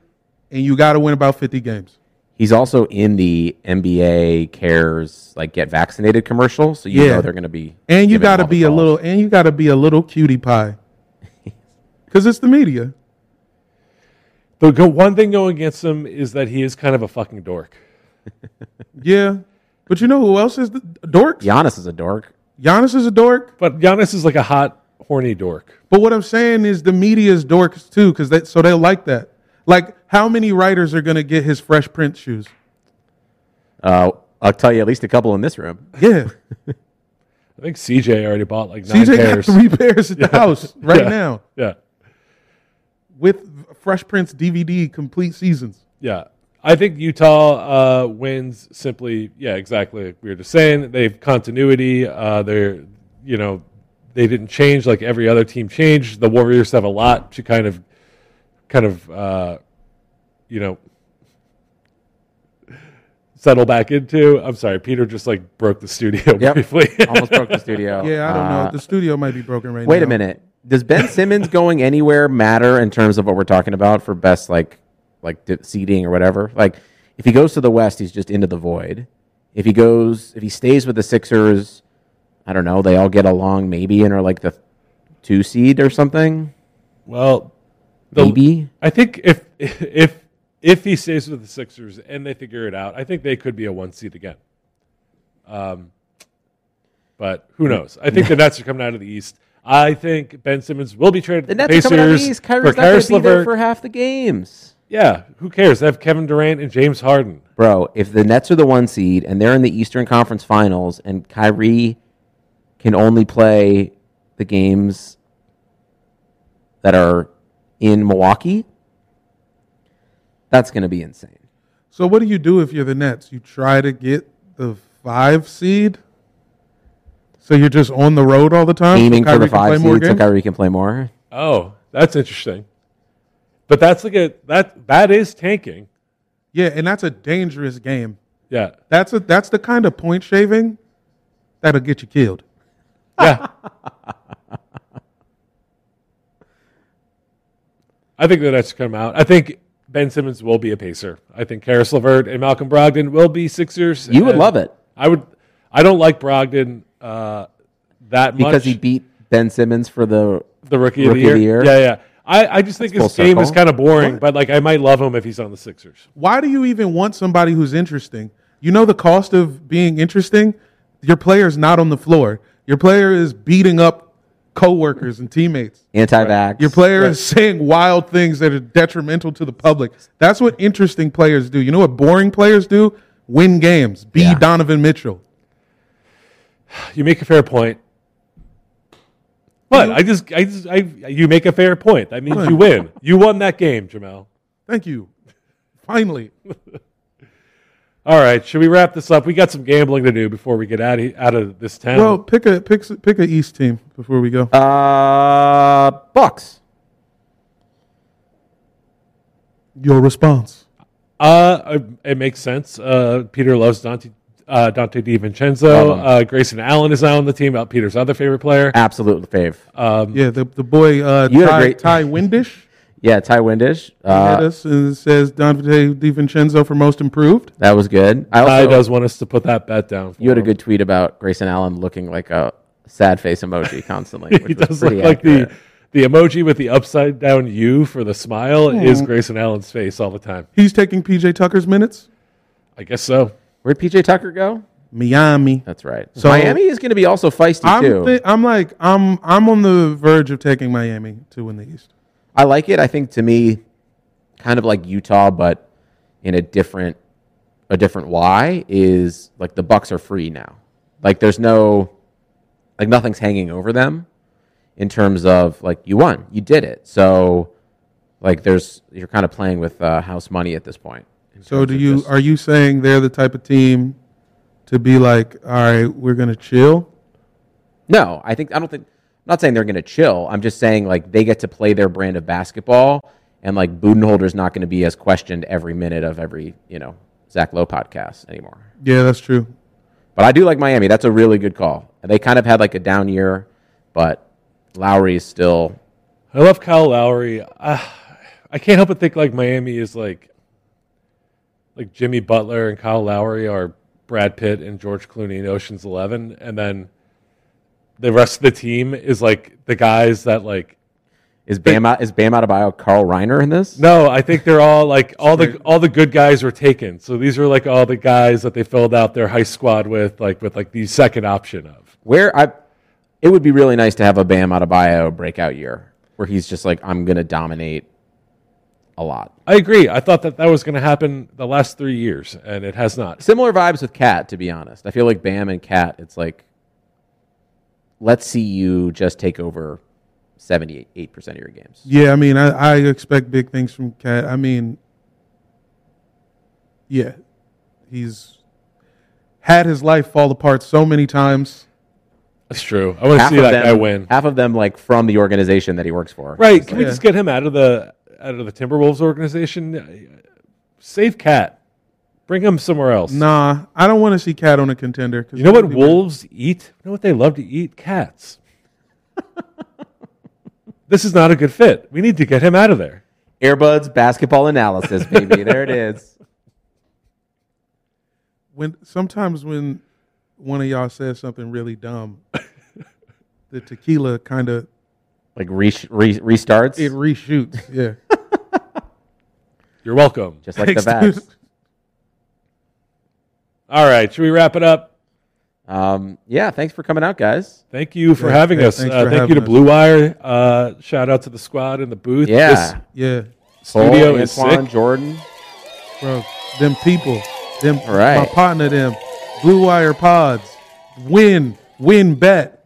Speaker 3: and you got to win about fifty games.
Speaker 4: He's also in the NBA cares like get vaccinated commercial, so you
Speaker 3: Yeah.
Speaker 4: know they're going to be
Speaker 3: And you
Speaker 4: giving him
Speaker 3: got to
Speaker 4: all the
Speaker 3: be a
Speaker 4: calls.
Speaker 3: little and you got to be a little cutie
Speaker 4: [laughs]
Speaker 3: pie because it's the media.
Speaker 5: The go- one thing going against him is that he is kind of a fucking dork.
Speaker 3: Yeah, but you know who else is the dork?
Speaker 4: Giannis is a dork.
Speaker 3: Giannis is a dork.
Speaker 5: But Giannis is like a hot, horny dork.
Speaker 3: But what I'm saying is the media's dorks too, because they so they like that. Like, how many writers are gonna get his Fresh Prince shoes?
Speaker 4: Uh, I'll tell you at least a couple in this room. [laughs]
Speaker 3: Yeah.
Speaker 5: I think CJ already bought like nine
Speaker 3: CJ
Speaker 5: pairs.
Speaker 3: got three pairs at the house right
Speaker 5: Yeah.
Speaker 3: now
Speaker 5: Yeah.
Speaker 3: with Fresh Prince DVD complete seasons.
Speaker 5: Yeah. I think Utah uh, wins simply, yeah, exactly. Like we were just saying, they've continuity. Uh, they're, you know, they didn't change like every other team changed. The Warriors have a lot to kind of, kind of, uh, you know, settle back into. I'm sorry, Peter just like broke the studio
Speaker 4: Yep.
Speaker 5: [laughs] briefly.
Speaker 4: Almost
Speaker 3: [laughs]
Speaker 4: broke the studio.
Speaker 3: Yeah, I don't
Speaker 4: Uh,
Speaker 3: know. The studio might be broken right now.
Speaker 4: Wait a minute. Does Ben Simmons going anywhere matter in terms of what we're talking about for best like like di- seeding or whatever? Like if he goes to the West, he's just into the void. If he goes, if he stays with the Sixers, I don't know. They all get along maybe and are like the two seed or something.
Speaker 5: well, the-
Speaker 4: maybe
Speaker 5: I think if if if he stays with the Sixers and they figure it out, I think they could be a one seed again. Um, but who knows? I think the Nets are coming out of the East. I think Ben Simmons will be traded.
Speaker 4: the
Speaker 5: to
Speaker 4: Nets are coming out of the
Speaker 5: Pacers
Speaker 4: East. Kyrie's
Speaker 5: for
Speaker 4: not going
Speaker 5: Karis
Speaker 4: to be there
Speaker 5: LeVert.
Speaker 4: for half the games.
Speaker 5: yeah, who cares? They have Kevin Durant and James Harden.
Speaker 4: Bro, if the Nets are the one seed and they're in the Eastern Conference Finals and Kyrie can only play the games that are in Milwaukee, that's going to be insane.
Speaker 3: So what do you do if you're the Nets? You try to get the five seed. So you're just on the road all the time. so
Speaker 4: Aiming for the
Speaker 3: Kyrie can play
Speaker 4: five
Speaker 3: more
Speaker 4: seed so
Speaker 3: games?
Speaker 4: Kyrie can play more.
Speaker 5: Oh, that's interesting. But that's like a that that is tanking.
Speaker 3: Yeah, and that's a dangerous game.
Speaker 5: Yeah,
Speaker 3: That's a that's the kind of point shaving that'll get you killed.
Speaker 5: yeah. I think the Nets come out. I think Ben Simmons will be a Pacer. I think Karis LeVert and Malcolm Brogdon will be Sixers.
Speaker 4: You would
Speaker 5: And
Speaker 4: love it.
Speaker 5: I would. I don't like Brogdon uh, that much
Speaker 4: Because he beat Ben Simmons for the.
Speaker 5: the rookie, of, the year. Yeah, yeah. I, I just think
Speaker 4: full
Speaker 5: his game
Speaker 4: circle.
Speaker 5: is kind of boring, but like I might love him if he's on the Sixers.
Speaker 3: Why do you even want somebody who's interesting? You know the cost of being interesting? Your player's not on the floor. Your player is beating up coworkers and teammates.
Speaker 4: Anti vax.
Speaker 3: Your player is saying wild things that are detrimental to the public. That's what interesting players do. You know what boring players do? Win games. Be
Speaker 4: Yeah.
Speaker 3: Donovan Mitchell.
Speaker 5: You make a fair point. But I just, I just, I, you make a fair point. That means you win. You won that game, Jamel.
Speaker 3: Thank you. Finally.
Speaker 5: All right, should we wrap this up? We got some gambling to do before we get out of, out of this town.
Speaker 3: Well, pick a pick s- pick a East team before we go.
Speaker 4: Uh, Bucks.
Speaker 3: Your response.
Speaker 5: uh, it makes sense. Uh, Peter loves Dante uh, Dante DiVincenzo.
Speaker 4: Love him.
Speaker 5: Uh, Grayson Allen is now on the team. Out Peter's other favorite player. Um,
Speaker 4: Absolute fave.
Speaker 3: Uh, yeah, the, the boy uh,
Speaker 4: You had a
Speaker 3: Ty,
Speaker 4: great-
Speaker 3: Ty Windish
Speaker 4: yeah, Ty Windish.
Speaker 3: had
Speaker 4: Uh,
Speaker 3: us and says Dante DiVincenzo for most improved.
Speaker 4: that was good. I
Speaker 5: Ty
Speaker 4: also,
Speaker 5: does want us to put that bet down. For
Speaker 4: You had a
Speaker 5: him.
Speaker 4: good tweet about Grayson Allen looking like a sad face
Speaker 5: [laughs]
Speaker 4: emoji constantly. Which
Speaker 5: [laughs] He
Speaker 4: was
Speaker 5: does look
Speaker 4: pretty
Speaker 5: like the
Speaker 4: accurate.
Speaker 5: the emoji with the upside down U for the smile is Grayson Allen's face all the time.
Speaker 3: He's taking PJ Tucker's minutes.
Speaker 5: I guess so.
Speaker 4: Where'd PJ Tucker go?
Speaker 3: Miami.
Speaker 4: That's right.
Speaker 3: So-
Speaker 4: Miami is going to be also feisty
Speaker 3: I'm,
Speaker 4: too.
Speaker 3: thi- I'm like I'm I'm on the verge of taking Miami to win the East.
Speaker 4: I like it. I think to me, kind of like Utah, but in a different a different why is like the Bucks are free now. Like there's no like nothing's hanging over them in terms of like you won, you did it. So like there's you're kind of playing with uh, house money at this point. in
Speaker 3: So
Speaker 4: terms
Speaker 3: do
Speaker 4: of
Speaker 3: you
Speaker 4: just-
Speaker 3: are you saying they're the type of team to be like, all right, we're gonna chill?
Speaker 4: No, I think I don't think. I'm not saying they're going to chill. I'm just saying like they get to play their brand of basketball, and like Budenholzer's not going to be as questioned every minute of every you know Zach Lowe podcast anymore.
Speaker 3: Yeah, that's true.
Speaker 4: But I do like Miami. That's a really good call. And They kind of had like a down year, but Lowry is still.
Speaker 5: I love Kyle Lowry. Uh, I can't help but think like Miami is like like Jimmy Butler and Kyle Lowry are Brad Pitt and George Clooney in Ocean's Eleven, and then the rest of the team is like the guys that like.
Speaker 4: Is Bam out? Is Bam out of bio? Carl Reiner in this?
Speaker 5: No, I think they're all like all the all the good guys were taken. So these are like all the guys that they filled out their high squad with, like with like the second option of.
Speaker 4: Where I, it would be really nice to have a Bam out of bio breakout year where he's just like I'm going to dominate a lot.
Speaker 5: I agree. I thought that that was going to happen the last three years, and it has not.
Speaker 4: Similar vibes with Cat, to be honest. I feel like Bam and Cat, it's like, let's see you just take over 78% of your games.
Speaker 3: Yeah, I mean, I, I expect big things from Cat. I mean, yeah, he's had his life fall apart so many times.
Speaker 5: That's true. I want to see that
Speaker 4: them,
Speaker 5: guy win.
Speaker 4: Half of them, like, from the organization that he works for.
Speaker 5: Right? Can we
Speaker 3: Yeah.
Speaker 5: just get him out of the out of the Timberwolves organization? Save Cat. Bring him somewhere else.
Speaker 3: Nah, I don't want to see Cat on a contender. 'cause
Speaker 5: You know what
Speaker 3: that'd be bad.
Speaker 5: wolves eat? You know what they love to
Speaker 3: [laughs]
Speaker 5: eat? Cats. this is not a good fit. We need to get him out of there.
Speaker 4: Airbuds basketball analysis,
Speaker 5: [laughs]
Speaker 4: baby. there it is.
Speaker 3: when sometimes when one of y'all says something really dumb, the tequila kind of
Speaker 4: Like, re- re- restarts.
Speaker 3: it reshoots. [laughs] Yeah,
Speaker 5: You're welcome.
Speaker 4: just like the
Speaker 3: Thanks,
Speaker 4: Vax.
Speaker 3: dude.
Speaker 5: All right, should we wrap it up?
Speaker 4: Um, yeah, thanks for coming out, guys.
Speaker 5: Thank you for
Speaker 3: Yeah,
Speaker 5: having
Speaker 3: th-
Speaker 5: us.
Speaker 3: thanks
Speaker 5: Uh,
Speaker 3: for
Speaker 5: thank you
Speaker 3: having
Speaker 5: to
Speaker 3: us.
Speaker 5: Blue Wire. Uh, shout out to the squad in the booth.
Speaker 4: Yeah.
Speaker 3: yeah,
Speaker 5: This
Speaker 4: Cole,
Speaker 5: studio is
Speaker 4: Antoine,
Speaker 5: sick.
Speaker 4: Jordan.
Speaker 3: bro. Them people, them
Speaker 4: All right.
Speaker 3: my partner, them Blue Wire Pods, win, win bet.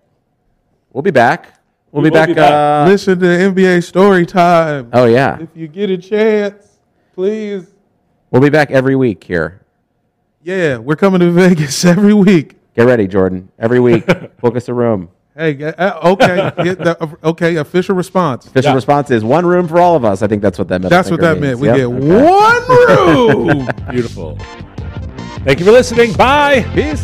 Speaker 4: We'll be back. We'll
Speaker 5: We
Speaker 4: be
Speaker 5: will
Speaker 4: back.
Speaker 5: be back.
Speaker 4: Uh,
Speaker 3: Listen to NBA story time
Speaker 4: oh yeah,
Speaker 3: if you get a chance, please.
Speaker 4: we'll be back every week here.
Speaker 3: Yeah, we're coming to [laughs] Vegas every week.
Speaker 4: Get ready, Jordan.
Speaker 3: [laughs]
Speaker 4: Every week, book us a room.
Speaker 3: Hey, g- uh, okay, get the, okay, official response.
Speaker 4: Official
Speaker 5: Yeah.
Speaker 4: response is one room for all of us. I think that's what that meant.
Speaker 3: That's what that meant. We
Speaker 4: Yep.
Speaker 3: get
Speaker 4: Okay.
Speaker 3: one room.
Speaker 5: Ooh, [laughs] beautiful. Thank you for listening. Bye.
Speaker 4: Peace.